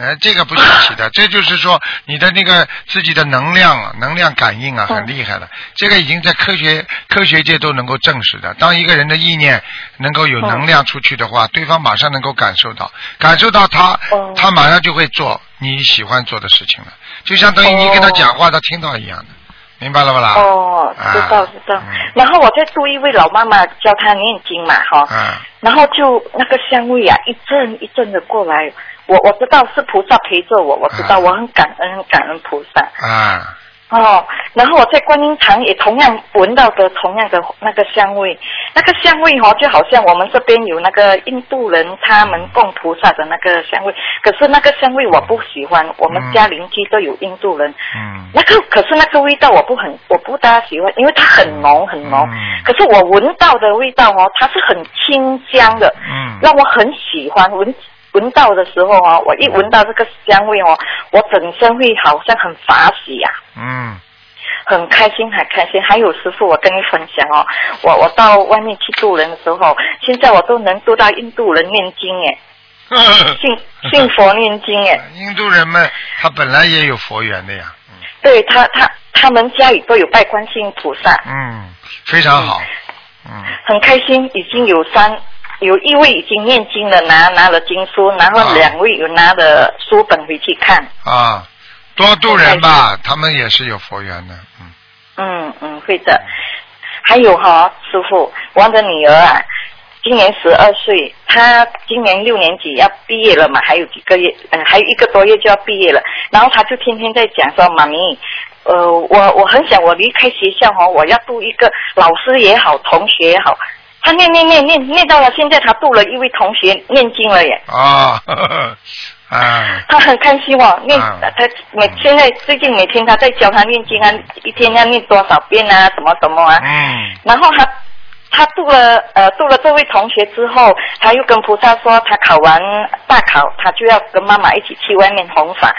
Speaker 1: 呃，这个不稀奇
Speaker 9: (laughs)
Speaker 1: 的，这就是说你的那个自己的能量啊，能量感应啊，
Speaker 9: 嗯
Speaker 1: 很厉害了。这个已经在科学科学界都能够证实的。当一个人的意念能够
Speaker 9: 嗯
Speaker 1: 有能量出去的话，对方马上能够感受到，感受到他，
Speaker 9: 嗯
Speaker 1: 他马上就会做你喜欢做的事情了。就相当于你跟他讲话，他听到一样的，明白了不啦？
Speaker 9: 哦，
Speaker 1: 啊
Speaker 9: 知道知道。然后我在度一位老妈妈教她念经嘛，哈、
Speaker 1: 嗯，
Speaker 9: 然后就那个香味啊，一阵一阵的过来。我我知道是菩萨陪着我，我知道我很感恩，很感恩菩萨。
Speaker 1: 啊，
Speaker 9: 哦，然后我在观音堂也同样闻到的同样的那个香味，那个香味哦，就好像我们这边有那个印度人他们供菩萨的那个香味，可是那个香味我不喜欢，我们家邻居都有印度人，
Speaker 1: 嗯，
Speaker 9: 那个可是那个味道我不很我不大喜欢，因为它很浓很浓，
Speaker 1: 嗯
Speaker 9: 可是我闻到的味道哦，它是很清香的，
Speaker 1: 嗯，
Speaker 9: 让我很喜欢闻。闻到的时候哦，我一闻到这个香味哦，我整身会好像很法喜啊呀、
Speaker 1: 嗯，
Speaker 9: 很开心，很开心。还有师傅，我跟你分享哦，我我到外面去渡人的时候，现在我都能渡到印度人念经耶。信信佛念经哎，
Speaker 1: 印度人们他本来也有佛缘的呀，
Speaker 9: 对他他他们家里都有拜观世音菩萨，
Speaker 1: 嗯，非常好，
Speaker 9: 很开心，已经有三有一位已经念经了，拿拿了经书，然后
Speaker 1: 啊
Speaker 9: 两位有拿了书本回去看，
Speaker 1: 啊，多度人吧，他们也是有佛缘的，嗯，
Speaker 9: 嗯嗯，会的。还有哈、师傅，我的女儿啊，今年十二岁，她今年六年级要毕业了嘛，还有几个月，嗯、还有一个多月就要毕业了。然后她就天天在讲说，妈咪，呃，我我很想我离开学校哦，我要度一个老师也好，同学也好。她念念念念念到了现在，她度了一位同学念经了耶，
Speaker 1: 啊， (laughs) 呵呵啊，
Speaker 9: 她很开心哦，念
Speaker 1: 嗯
Speaker 9: 她每现在最近每天她在教她念经啊，一天要念多少遍啊，什么什么啊。
Speaker 1: 嗯，
Speaker 9: 然后他他度了呃度了这位同学之后，他又跟菩萨说，他考完大考，他就要跟妈妈一起去外面弘法。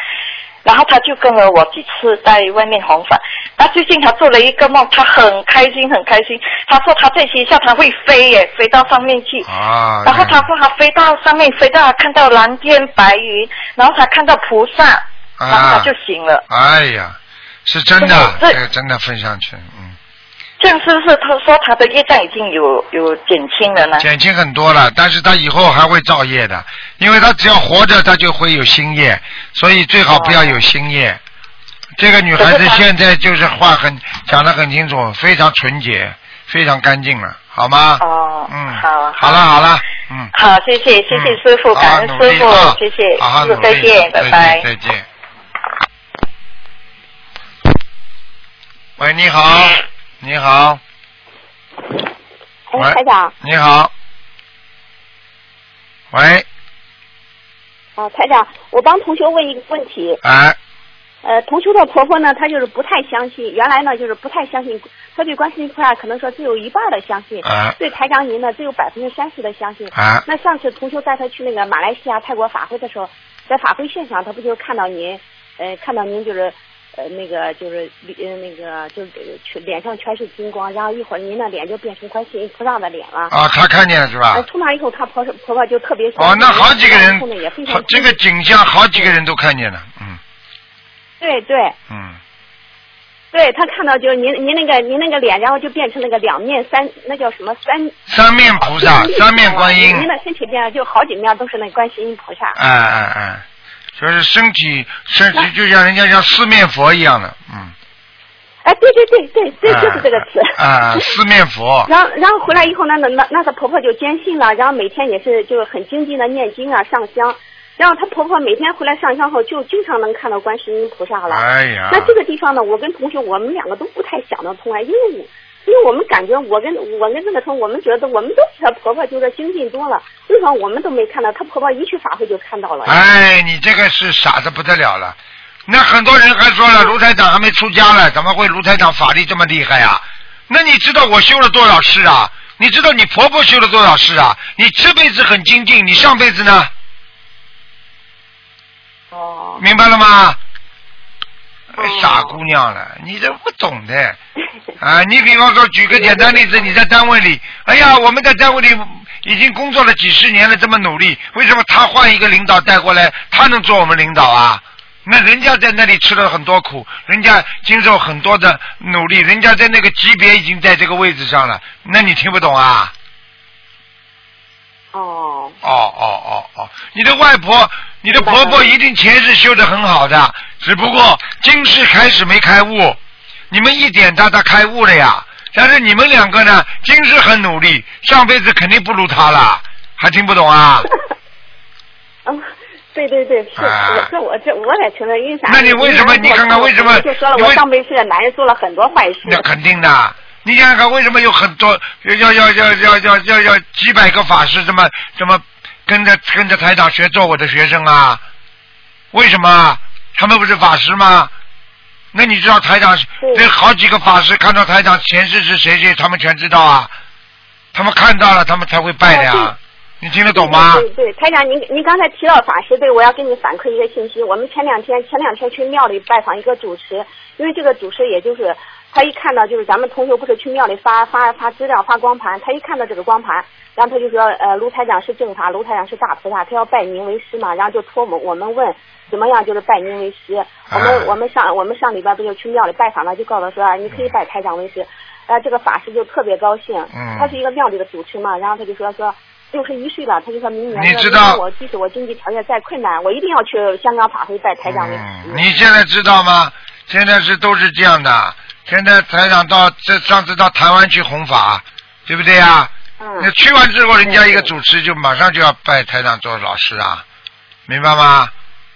Speaker 9: 然后他就跟了我几次在外面弘法。那最近他做了一个梦，他很开心很开心。他说他在学校他会飞耶，飞到上面去。
Speaker 1: 啊，
Speaker 9: 然后他说他飞到上面，飞到他看到蓝天白云，然后他看到菩萨，然后他
Speaker 1: 啊
Speaker 9: 就，醒了。
Speaker 1: 哎呀，是真的，
Speaker 9: 这
Speaker 1: 这个真的分上去，嗯，
Speaker 9: 这样是不是他说他的业障已经有有减轻了呢？
Speaker 1: 减轻很多了，但是他以后还会造业的，因为他只要活着，他就会有新业，所以最好不要有新业。这个女孩
Speaker 9: 可
Speaker 1: 子
Speaker 9: 是她
Speaker 1: 现在就是话很讲得很清楚，非常纯洁，非常干净了，好吗？
Speaker 9: 哦，
Speaker 1: 嗯，
Speaker 9: 好啊，
Speaker 1: 好了好了，嗯，
Speaker 9: 好，谢谢，谢谢师傅，
Speaker 1: 好
Speaker 9: 感
Speaker 1: 好
Speaker 9: 恩
Speaker 1: 努
Speaker 9: 师
Speaker 1: 力
Speaker 9: 傅
Speaker 1: 啊，，
Speaker 9: 谢谢，
Speaker 1: 好好
Speaker 9: 师
Speaker 1: 努
Speaker 9: 傅
Speaker 1: 力，
Speaker 9: 再见，拜拜。
Speaker 1: 再见。喂，你好，你好，喂
Speaker 10: 哎，台长，
Speaker 1: 你好，喂，
Speaker 10: 啊，台长，我帮同学问一个问题。
Speaker 1: 哎，
Speaker 10: 呃，同修的婆婆呢，她就是不太相信，原来呢就是不太相信，她对观世音菩萨可能说只有一半儿的相信，
Speaker 1: 啊
Speaker 10: 对台长您呢只有百分之三十的相信。
Speaker 1: 啊
Speaker 10: 那上次同修带她去那个马来西亚、泰国法会的时候，在法会现场，她不就看到您，呃，看到您就是。呃，那个就是呃，那个就是呃全脸上全是金光，然后一会儿您的脸就变成观世音菩萨的脸了。
Speaker 1: 啊，他看见了是吧？
Speaker 10: 呃从那以后，她婆婆婆就特别
Speaker 1: 哦，那好几个人
Speaker 10: 后呢也非，常
Speaker 1: 好这个景象好几个人都看见了，嗯
Speaker 10: 对对，
Speaker 1: 嗯，
Speaker 10: 对他看到就是您您那个您那个脸，然后就变成那个两面三，那叫什么三？
Speaker 1: 三面菩
Speaker 10: 啊
Speaker 1: 萨，三面观音，
Speaker 10: 您的身体变了，就好几面都是那观世音菩萨。
Speaker 1: 哎哎哎，就是身体身体就像人家像四面佛一样的，嗯
Speaker 10: 哎，对对对对对，就是这个词。
Speaker 1: 啊，四面佛，
Speaker 10: 然后，然后回来以后呢，那那那她婆婆就坚信了，然后每天也是就是很精进的念经啊、上香。然后她婆婆每天回来上香后，就经常能看到观世音菩萨了。
Speaker 1: 哎呀
Speaker 10: 那这个地方呢，我跟同学我们两个都不太想得通啊，因为我因为我们感觉我跟我跟那个同，我们觉得我们都比她婆婆就是精进多了，为什么我们都没看到？她婆婆一去法会就看到了。
Speaker 1: 哎，你这个是傻的不得了了。那很多人还
Speaker 10: 嗯
Speaker 1: 说了，卢台长还没出家呢，怎么会卢台长法力这么厉害啊？那你知道我修了多少事啊？你知道你婆婆修了多少事啊？你这辈子很精进，你上辈子呢？
Speaker 10: 哦。
Speaker 1: 明白了吗？哎傻姑娘了，你这不懂的啊！你比方说，举个简单例子，你在单位里，哎呀，我们在单位里已经工作了几十年了，这么努力，为什么他换一个领导带过来，他能做我们领导啊？那人家在那里吃了很多苦，人家经受很多的努力，人家在那个级别已经在这个位置上了，那你听不懂啊？
Speaker 10: 哦，
Speaker 1: 哦哦哦哦，你的外婆、你的婆婆一定前世修得很好的，只不过今世开始没开悟。你们一点她她开悟了呀，但是你们两个呢，今世很努力，上辈子肯定不如她了，还听不懂啊？
Speaker 10: 嗯，对对对，是，
Speaker 1: 啊
Speaker 10: 这我这我也承认，因为啥？
Speaker 1: 那你为什么你看看为什么
Speaker 10: 就说了
Speaker 1: 你
Speaker 10: 我
Speaker 1: 为
Speaker 10: 上辈子的男人做了很多坏事。
Speaker 1: 那肯定的。你想想看，为什么有很多要要要要要要要要几百个法师这么这么跟着跟着台长学做我的学生啊？为什么啊？他们不是法师吗？那你知道台长这好几个法师看到台长前世是谁谁，他们全知道啊？他们看到了，他们才会拜的呀、你听得懂吗？
Speaker 10: 对对，台长，您您刚才提到法师，对我要跟你反馈一个信息。我们前两天前两天去庙里拜访一个主持，因为这个主持也就是他一看到就是咱们同学不是去庙里发发发资料发光盘，他一看到这个光盘，然后他就说，呃，卢台长是正法，卢台长是大菩萨，他要拜您为师嘛，然后就托我们我们问怎么样就是拜您为师，我
Speaker 1: 哎
Speaker 10: 们我们上我们上礼拜不就去庙里拜访了，就告诉他说啊你可以拜台长为师，啊这个法师就特别高兴，
Speaker 1: 嗯
Speaker 10: 他是一个庙里的主持嘛，然后他就说说。六十一岁了，他就说明年
Speaker 1: 你
Speaker 10: 要
Speaker 1: 知
Speaker 10: 如果
Speaker 1: 道
Speaker 10: 我即使我经济条件再困难，我一定要去香港法会拜台长为师。
Speaker 1: 你现在知道吗？现在是都是这样的。现在台长到这上次到台湾去弘法，对不对呀？
Speaker 10: 嗯
Speaker 1: 那去完之后，人家一个主持就马上就要拜台长做老师啊，明白吗？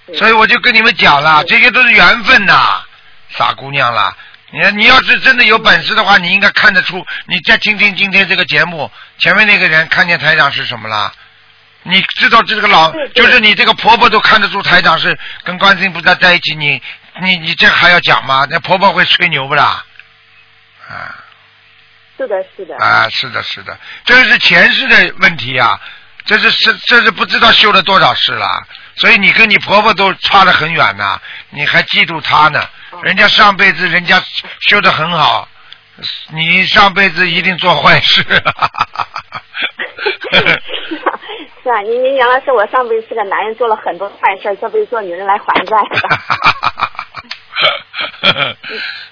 Speaker 10: 嗯
Speaker 1: 所以我就跟你们讲了，这些都是缘分呐、傻姑娘啦。你你要是真的有本事的话，你应该看得出。你再听听今天这个节目，前面那个人看见台长是什么了？你知道这个老，就是你这个婆婆都看得出台长是跟观世音菩萨在一起，你你你这还要讲吗？那婆婆会吹牛不啦？啊
Speaker 10: 是的，是的。
Speaker 1: 啊，是的，是的，这是前世的问题啊，这是这这是不知道修了多少世了，所以你跟你婆婆都差得很远呐、你还嫉妒她呢？
Speaker 10: 哦
Speaker 1: 人家上辈子人家修得很好，你上辈子一定做坏事。
Speaker 10: (laughs) 是啊，您您原来说我上辈子是个男人，做了很多坏事儿，这辈子做女人来还
Speaker 1: (laughs)
Speaker 10: 债了。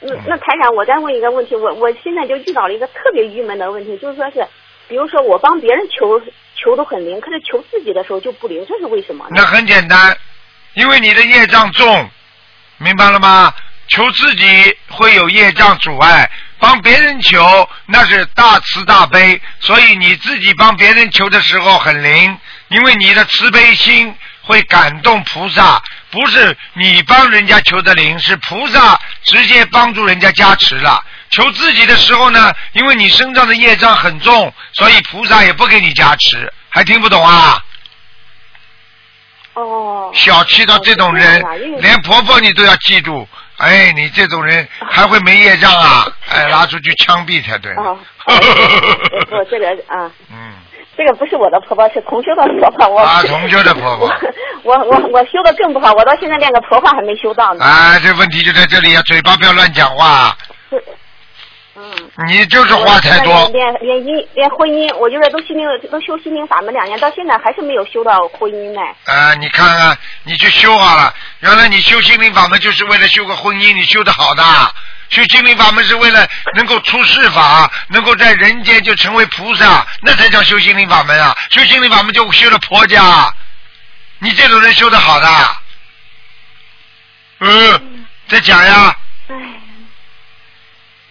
Speaker 10: 那嗯那台长，我再问一个问题，我我现在就遇到了一个特别郁闷的问题，就是说是，比如说我帮别人求求都很灵，可是求自己的时候就不灵，这是为什么呢？
Speaker 1: 那很简单，因为你的业障重，明白了吗？求自己会有业障阻碍，帮别人求那是大慈大悲，所以你自己帮别人求的时候很灵，因为你的慈悲心会感动菩萨，不是你帮人家求的灵，是菩萨直接帮助人家加持了。求自己的时候呢，因为你身上的业障很重，所以菩萨也不给你加持，还听不懂啊？
Speaker 10: 哦，
Speaker 1: 小气到这种人
Speaker 10: 哦是这样啊因为，
Speaker 1: 连婆婆你都要记住。哎，你这种人
Speaker 10: 啊
Speaker 1: 还会没业障
Speaker 10: (laughs)
Speaker 1: 啊？哎，拉出去枪毙才对呢。
Speaker 10: 哦，哦不， (laughs) 这个啊，
Speaker 1: 嗯，
Speaker 10: 这个不是我的婆婆，是同修的婆婆。我
Speaker 1: 啊，同修的婆婆，
Speaker 10: (laughs) 我我我修的更不好，我到现在连个婆婆还没修到呢。
Speaker 1: 哎，这问题就在这里啊，嘴巴不要乱讲话。嗯。你就是话太
Speaker 10: 哦我
Speaker 1: 多，
Speaker 10: 连连姻连婚姻，我就是都心灵都修心灵法门两年，到现在还是没有修到婚姻呢。
Speaker 1: 啊，你看看，你去修好了。原来你修心灵法门就是为了修个婚姻，你修的好的。修心灵法门是为了能够出世法，能够在人间就成为菩萨，那才叫修心灵法门啊！修心灵法门就修了婆家，你这种人修的好的，嗯，再讲呀，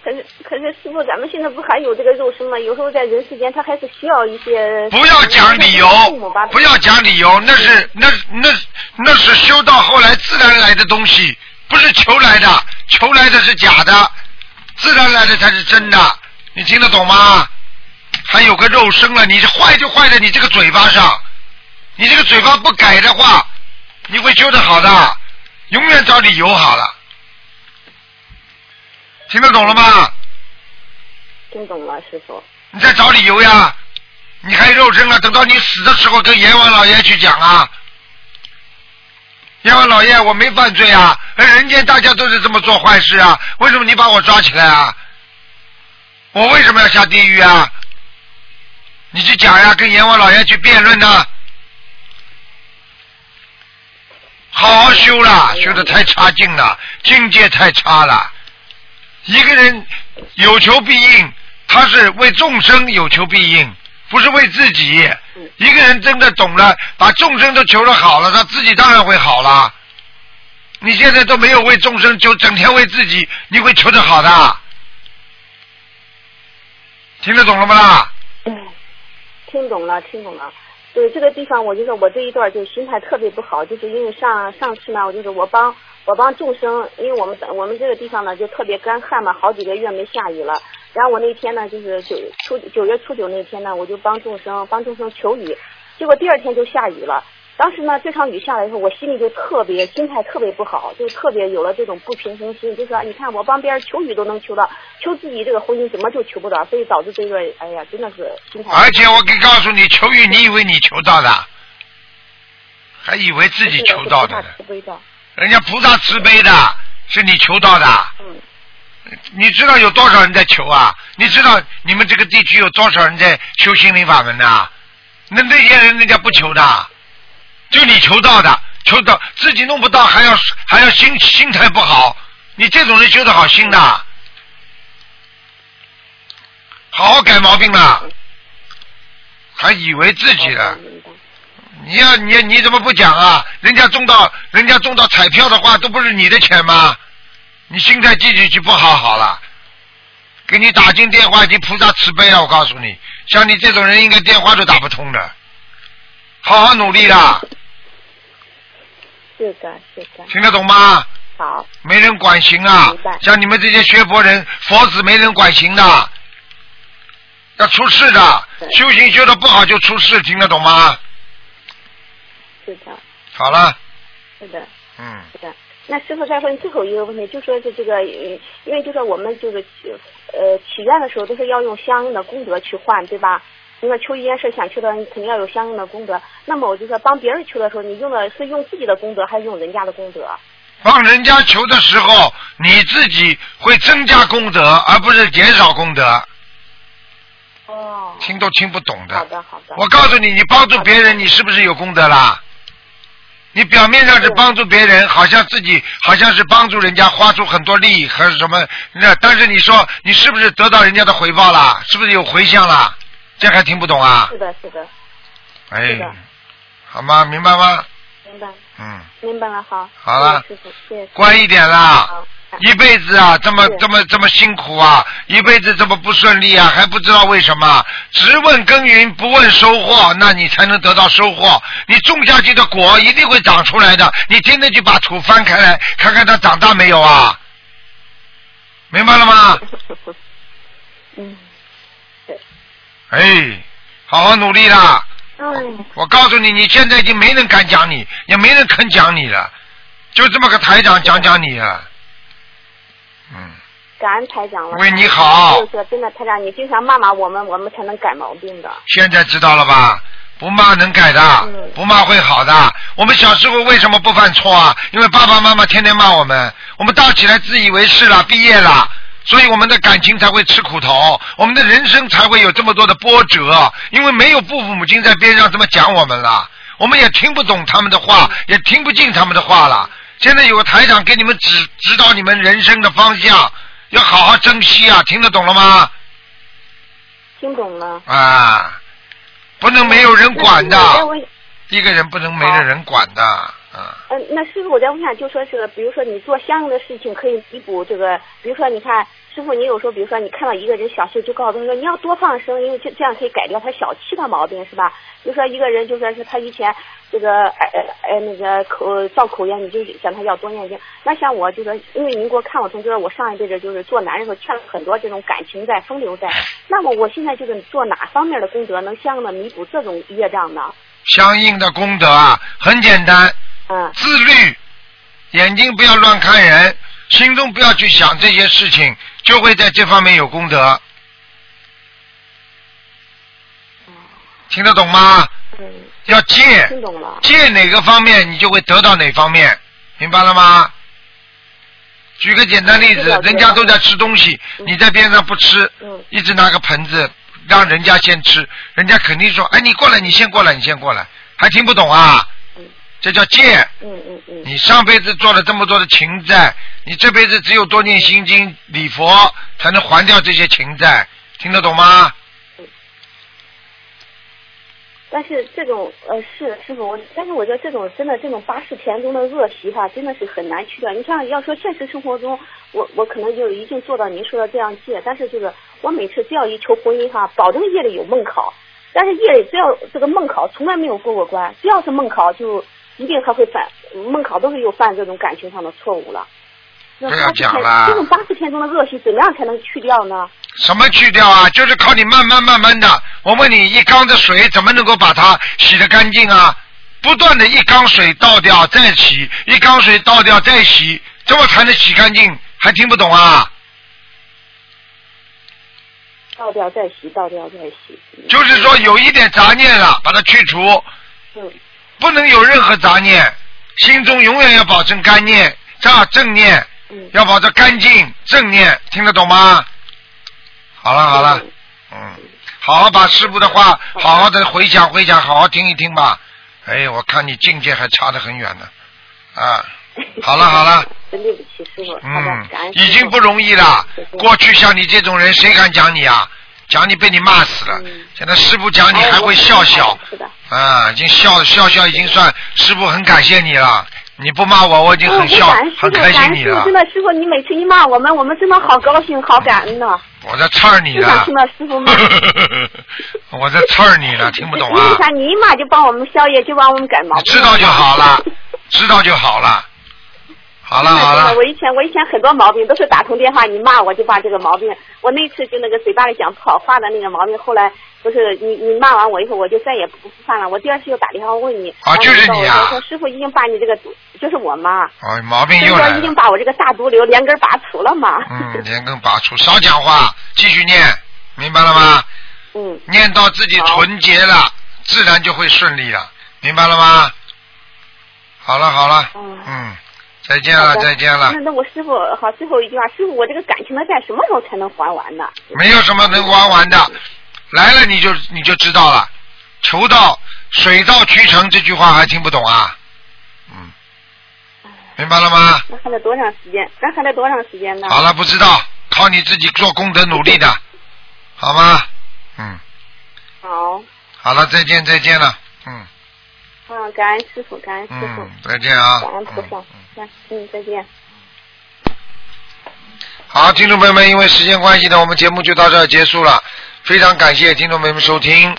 Speaker 10: 可是可是师傅，咱们现在不还有这个肉身吗？有时候在人世间，他还是需要一些
Speaker 1: 不要讲理由
Speaker 10: 父母吧，
Speaker 1: 不要讲理由，那是那那那是修到后来自然来的东西，不是求来的，求来的是假的，自然来的才是真的，你听得懂吗？还有个肉身了，你这坏就坏在你这个嘴巴上，你这个嘴巴不改的话，你会修得好的，永远找理由好了，听得懂了吗？
Speaker 10: 听懂了，师傅。
Speaker 1: 你在找理由呀？你还肉身了？啊等到你死的时候跟阎王老爷去讲啊！阎王老爷，我没犯罪啊！而人间大家都是这么做坏事啊，为什么你把我抓起来啊？我为什么要下地狱啊？你去讲呀，跟阎王老爷去辩论呐、好好修啦，修的太差劲了，境界太差了。一个人有求必应，他是为众生有求必应，不是为自己。一个人真的懂了，把众生都求了好了，他自己当然会好了。你现在都没有为众生求，整天为自己，你会求得好的。听得懂了吗啦？
Speaker 10: 听懂了，听懂了。对这个地方，我就是我这一段就心态特别不好，就是因为上上次呢，我就是我帮我帮众生，因为我们我们这个地方呢就特别干旱嘛，好几个月没下雨了。然后我那天呢，就是九初九月初九那天呢，我就帮众生帮众生求雨，结果第二天就下雨了。当时呢，这场雨下来以后，我心里就特别心态特别不好，就特别有了这种不平衡心，就说你看我帮别人求雨都能求到，求自己这个婚姻怎么就求不到？所以导致这个，哎呀，真的是心态。
Speaker 1: 而且我可以告诉你，求雨你以为你求到的，还以为自己求到的呢。
Speaker 10: 不知道。
Speaker 1: 人家菩萨慈悲的，是你求到的。你知道有多少人在求啊？你知道你们这个地区有多少人在修心灵法门的啊？那那些人人家不求的，就你求到的，求到自己弄不到，还要还要心心态不好，你这种人修得好心的，好好改毛病了，还以为自己的。你要你你怎么不讲啊？人家中到人家中到彩票的话，都不是你的钱吗？你心态积极就不好好了。给你打进电话已经菩萨慈悲啊了，我告诉你，像你这种人应该电话都打不通的。好好努力
Speaker 10: 嗯
Speaker 1: 啦，
Speaker 10: 是的，是的。
Speaker 1: 听得懂吗？
Speaker 10: 好，
Speaker 1: 没人管行啊
Speaker 10: 明白！
Speaker 1: 像你们这些学佛人、佛子没人管行的，要出事的。修行修的不好就出事，听得懂吗？
Speaker 10: 是的，
Speaker 1: 好了，
Speaker 10: 是的。
Speaker 1: 嗯，
Speaker 10: 是的。那师傅再问最后一个问题，就说是这个，呃因为就说我们就是呃许愿的时候都是要用相应的功德去换，对吧？你说求一件事想求的，你肯定要有相应的功德。那么我就说帮别人求的时候，你用的是用自己的功德还是用人家的功德？
Speaker 1: 啊帮人家求的时候，你自己会增加功德，而不是减少功德。
Speaker 10: 哦。
Speaker 1: 听都听不懂的。
Speaker 10: 好的，好的。
Speaker 1: 我告诉你，你帮助别人，你是不是有功德啦？你表面上是帮助别人，好像自己好像是帮助人家，花出很多利益和什么，那但是你说你是不是得到人家的回报啦？是不是有回向啦？这还听不懂啊？
Speaker 10: 是的，是的，
Speaker 1: 哎
Speaker 10: 的，
Speaker 1: 好吗？明白吗？
Speaker 10: 明白，
Speaker 1: 嗯，
Speaker 10: 明白了，好。
Speaker 1: 好了
Speaker 10: 谢谢师傅，谢谢师傅。
Speaker 1: 乖一点啦
Speaker 10: 好。
Speaker 1: 一辈子啊，这么
Speaker 10: 是
Speaker 1: 这么这么辛苦啊，一辈子这么不顺利啊，还不知道为什么。只问耕耘，不问收获，那你才能得到收获。你种下去的果一定会长出来的。你天天去把土翻开来，看看它长大没有啊？明白了吗？
Speaker 10: (laughs) 嗯，
Speaker 1: 哎，好好努力啦！
Speaker 10: 嗯，
Speaker 1: 我告诉你，你现在已经没人敢讲你，也没人肯讲你了，就这么个台长讲讲你啊。嗯，
Speaker 10: 感恩台长了。
Speaker 1: 为你好
Speaker 10: 就是说真的，台长，你经常骂骂我们，我们才能改毛病的。
Speaker 1: 现在知道了吧？不骂能改的
Speaker 10: 嗯，
Speaker 1: 不骂会好的。我们小时候为什么不犯错啊？因为爸爸妈妈天天骂我们，我们大起来自以为是了，毕业了，所以我们的感情才会吃苦头，我们的人生才会有这么多的波折，因为没有父母亲在边上这么讲我们了，我们也听不懂他们的话，
Speaker 10: 嗯
Speaker 1: 也听不进他们的话了。现在有个台长给你们指指导你们人生的方向，要好好珍惜啊！听得懂了吗？
Speaker 10: 听懂了。
Speaker 1: 啊，不能没有人管的
Speaker 10: 那我再问
Speaker 1: 一个人不能没了人管的，啊，
Speaker 10: 嗯，那师傅，我再问一下，就说是，比如说你做相应的事情，可以弥补这个，比如说你看，师傅，你有时候，比如说你看到一个人小气，就告诉他说你要多放生，因为这这样可以改掉他小气的毛病，是吧？就说一个人，就说是他以前这个呃呃那个口造口业，你就想他要多念经。那像我就说，因为您给我看我从就是我上一辈子就是做男人的时候欠了很多这种感情债、风流债，那么我现在就是做哪方面的功德能相应的弥补这种业障呢？
Speaker 1: 相应的功德啊，很简单，
Speaker 10: 嗯，
Speaker 1: 自律，眼睛不要乱看人，心中不要去想这些事情，就会在这方面有功德。听得懂吗？
Speaker 10: 嗯，
Speaker 1: 要戒，
Speaker 10: 听懂了。
Speaker 1: 戒哪个方面，你就会得到哪方面，明白了吗？举个简单例子
Speaker 10: 知道，
Speaker 1: 人家都在吃东西，你在边上不吃
Speaker 10: 嗯，
Speaker 1: 一直拿个盆子让人家先吃，人家肯定说：“哎，你过来，你先过来，你先过来。”还听不懂啊？这叫戒。
Speaker 10: 嗯嗯嗯。
Speaker 1: 你上辈子做了这么多的情债，你这辈子只有多念心经、礼佛，才能还掉这些情债，听得懂吗？
Speaker 10: 但是这种呃是师傅，我但是我觉得这种真的这种八世田中的恶习哈、真的是很难去掉。你像要说现实生活中，我我可能就是已经做到您说的这样戒，但是就是我每次只要一求婚姻哈、保证夜里有梦考，但是夜里只要这个梦考从来没有过过关，只要是梦考就一定还会犯梦考都是又犯这种感情上的错误了。那
Speaker 1: 不要
Speaker 10: 八十天
Speaker 1: 讲啦
Speaker 10: 这种八十天中的恶习怎么样才能去掉呢？
Speaker 1: 什么去掉啊？就是靠你慢慢慢慢的。我问你，一缸的水怎么能够把它洗得干净啊？不断的一缸水倒掉再洗，一缸水倒掉再洗，这么才能洗干净。还听不懂啊？
Speaker 10: 倒掉再洗，倒掉再洗。
Speaker 1: 就是说有一点杂念了，把它去除，
Speaker 10: 嗯
Speaker 1: 不能有任何杂念，心中永远要保证干念、正正念，
Speaker 10: 嗯
Speaker 1: 要保持干净正念，听得懂吗？好了好了，嗯，好好把师傅的话好好的回想回想，好好听一听吧。哎，我看你境界还差得很远呢， (laughs) 啊，好了好了，
Speaker 10: 真对不起师傅，好的
Speaker 1: 嗯
Speaker 10: 感，恩师
Speaker 1: 已
Speaker 10: 父
Speaker 1: 经不容易了
Speaker 10: 谢谢。
Speaker 1: 过去像你这种人，谁敢讲你啊？讲你被你骂死了。
Speaker 10: 嗯
Speaker 1: 现在师傅讲
Speaker 10: 哎
Speaker 1: 你还会笑笑，
Speaker 10: 是的，
Speaker 1: 啊，已经笑笑笑，已经算师傅很感谢你了。你不骂我，我已经很笑
Speaker 10: 哦我感恩，师
Speaker 1: 很
Speaker 10: 傅，
Speaker 1: 开
Speaker 10: 感
Speaker 1: 心你
Speaker 10: (laughs) 恩师
Speaker 1: 了
Speaker 10: 傅，真。的师傅，你每次一骂我们，我们真的好高兴，好感恩呢。
Speaker 1: 我在刺儿你啊呢
Speaker 10: 就想听，到师傅骂。
Speaker 1: 我在刺儿你呢，听不 (laughs) 懂
Speaker 10: 为
Speaker 1: 啊？
Speaker 10: 啥你一骂就帮我们消业，就帮我们改毛病？
Speaker 1: 知道就好了，知道就好了。好了好
Speaker 10: 真的
Speaker 1: 了
Speaker 10: 真的，我以前我以前很多毛病都是打通电话你骂我就把这个毛病，我那次就那个嘴巴里讲不好话的那个毛病，后来不是你你骂完我以后我就再也不犯了。我第二次又打电话问你，
Speaker 1: 啊就是你啊
Speaker 10: 我说师傅已经把你这个毒就是我嘛，
Speaker 1: 哦，毛
Speaker 10: 所
Speaker 1: 病
Speaker 10: 以
Speaker 1: 又
Speaker 10: 说
Speaker 1: 来
Speaker 10: 已经
Speaker 1: 了。
Speaker 10: 把我这个大毒瘤连根拔除了嘛。
Speaker 1: 嗯，连根拔出，少讲话，继续念，明白了吗？
Speaker 10: 嗯，
Speaker 1: 念到自己纯洁了，自然就会顺利了，明白了吗？好了好了，嗯，再见
Speaker 10: 好
Speaker 1: 了
Speaker 10: 的
Speaker 1: 再见了
Speaker 10: 那，那我师傅好，最后一句话，师傅，我这个感情的债什么时候才能还完呢？
Speaker 1: 没有什么能玩完的，来了你就你就知道了，求到水到渠成这句话还听不懂啊？嗯，明白了吗？
Speaker 10: 那还得多长时间？那还得多长时间呢？
Speaker 1: 好了，不知道，靠你自己做功德努力的，好吗？嗯，
Speaker 10: 好，
Speaker 1: 好了，再见再见了，嗯
Speaker 10: 嗯，感恩师傅，感恩师傅，
Speaker 1: 嗯，再见啊。
Speaker 10: 感恩菩萨，嗯嗯，再见。
Speaker 1: 好，听众朋友们，因为时间关系呢，我们节目就到这儿结束了。非常感谢听众朋友们收听。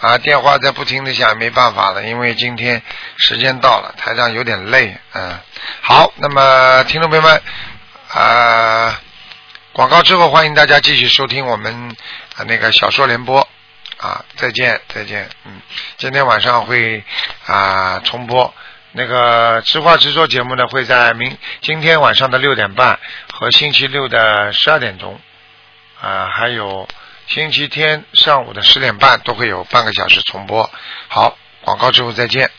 Speaker 1: 啊，电话在不停的响，没办法了，因为今天时间到了，台上有点累，嗯。好，那么听众朋友们，啊，广告之后欢迎大家继续收听我们、啊、那个小说联播。啊，再见，再见，嗯，今天晚上会啊重播那个直话直说节目呢，会在明今天晚上的六点半和星期六的十二点钟，啊，还有星期天上午的十点半都会有半个小时重播。好，广告之后再见。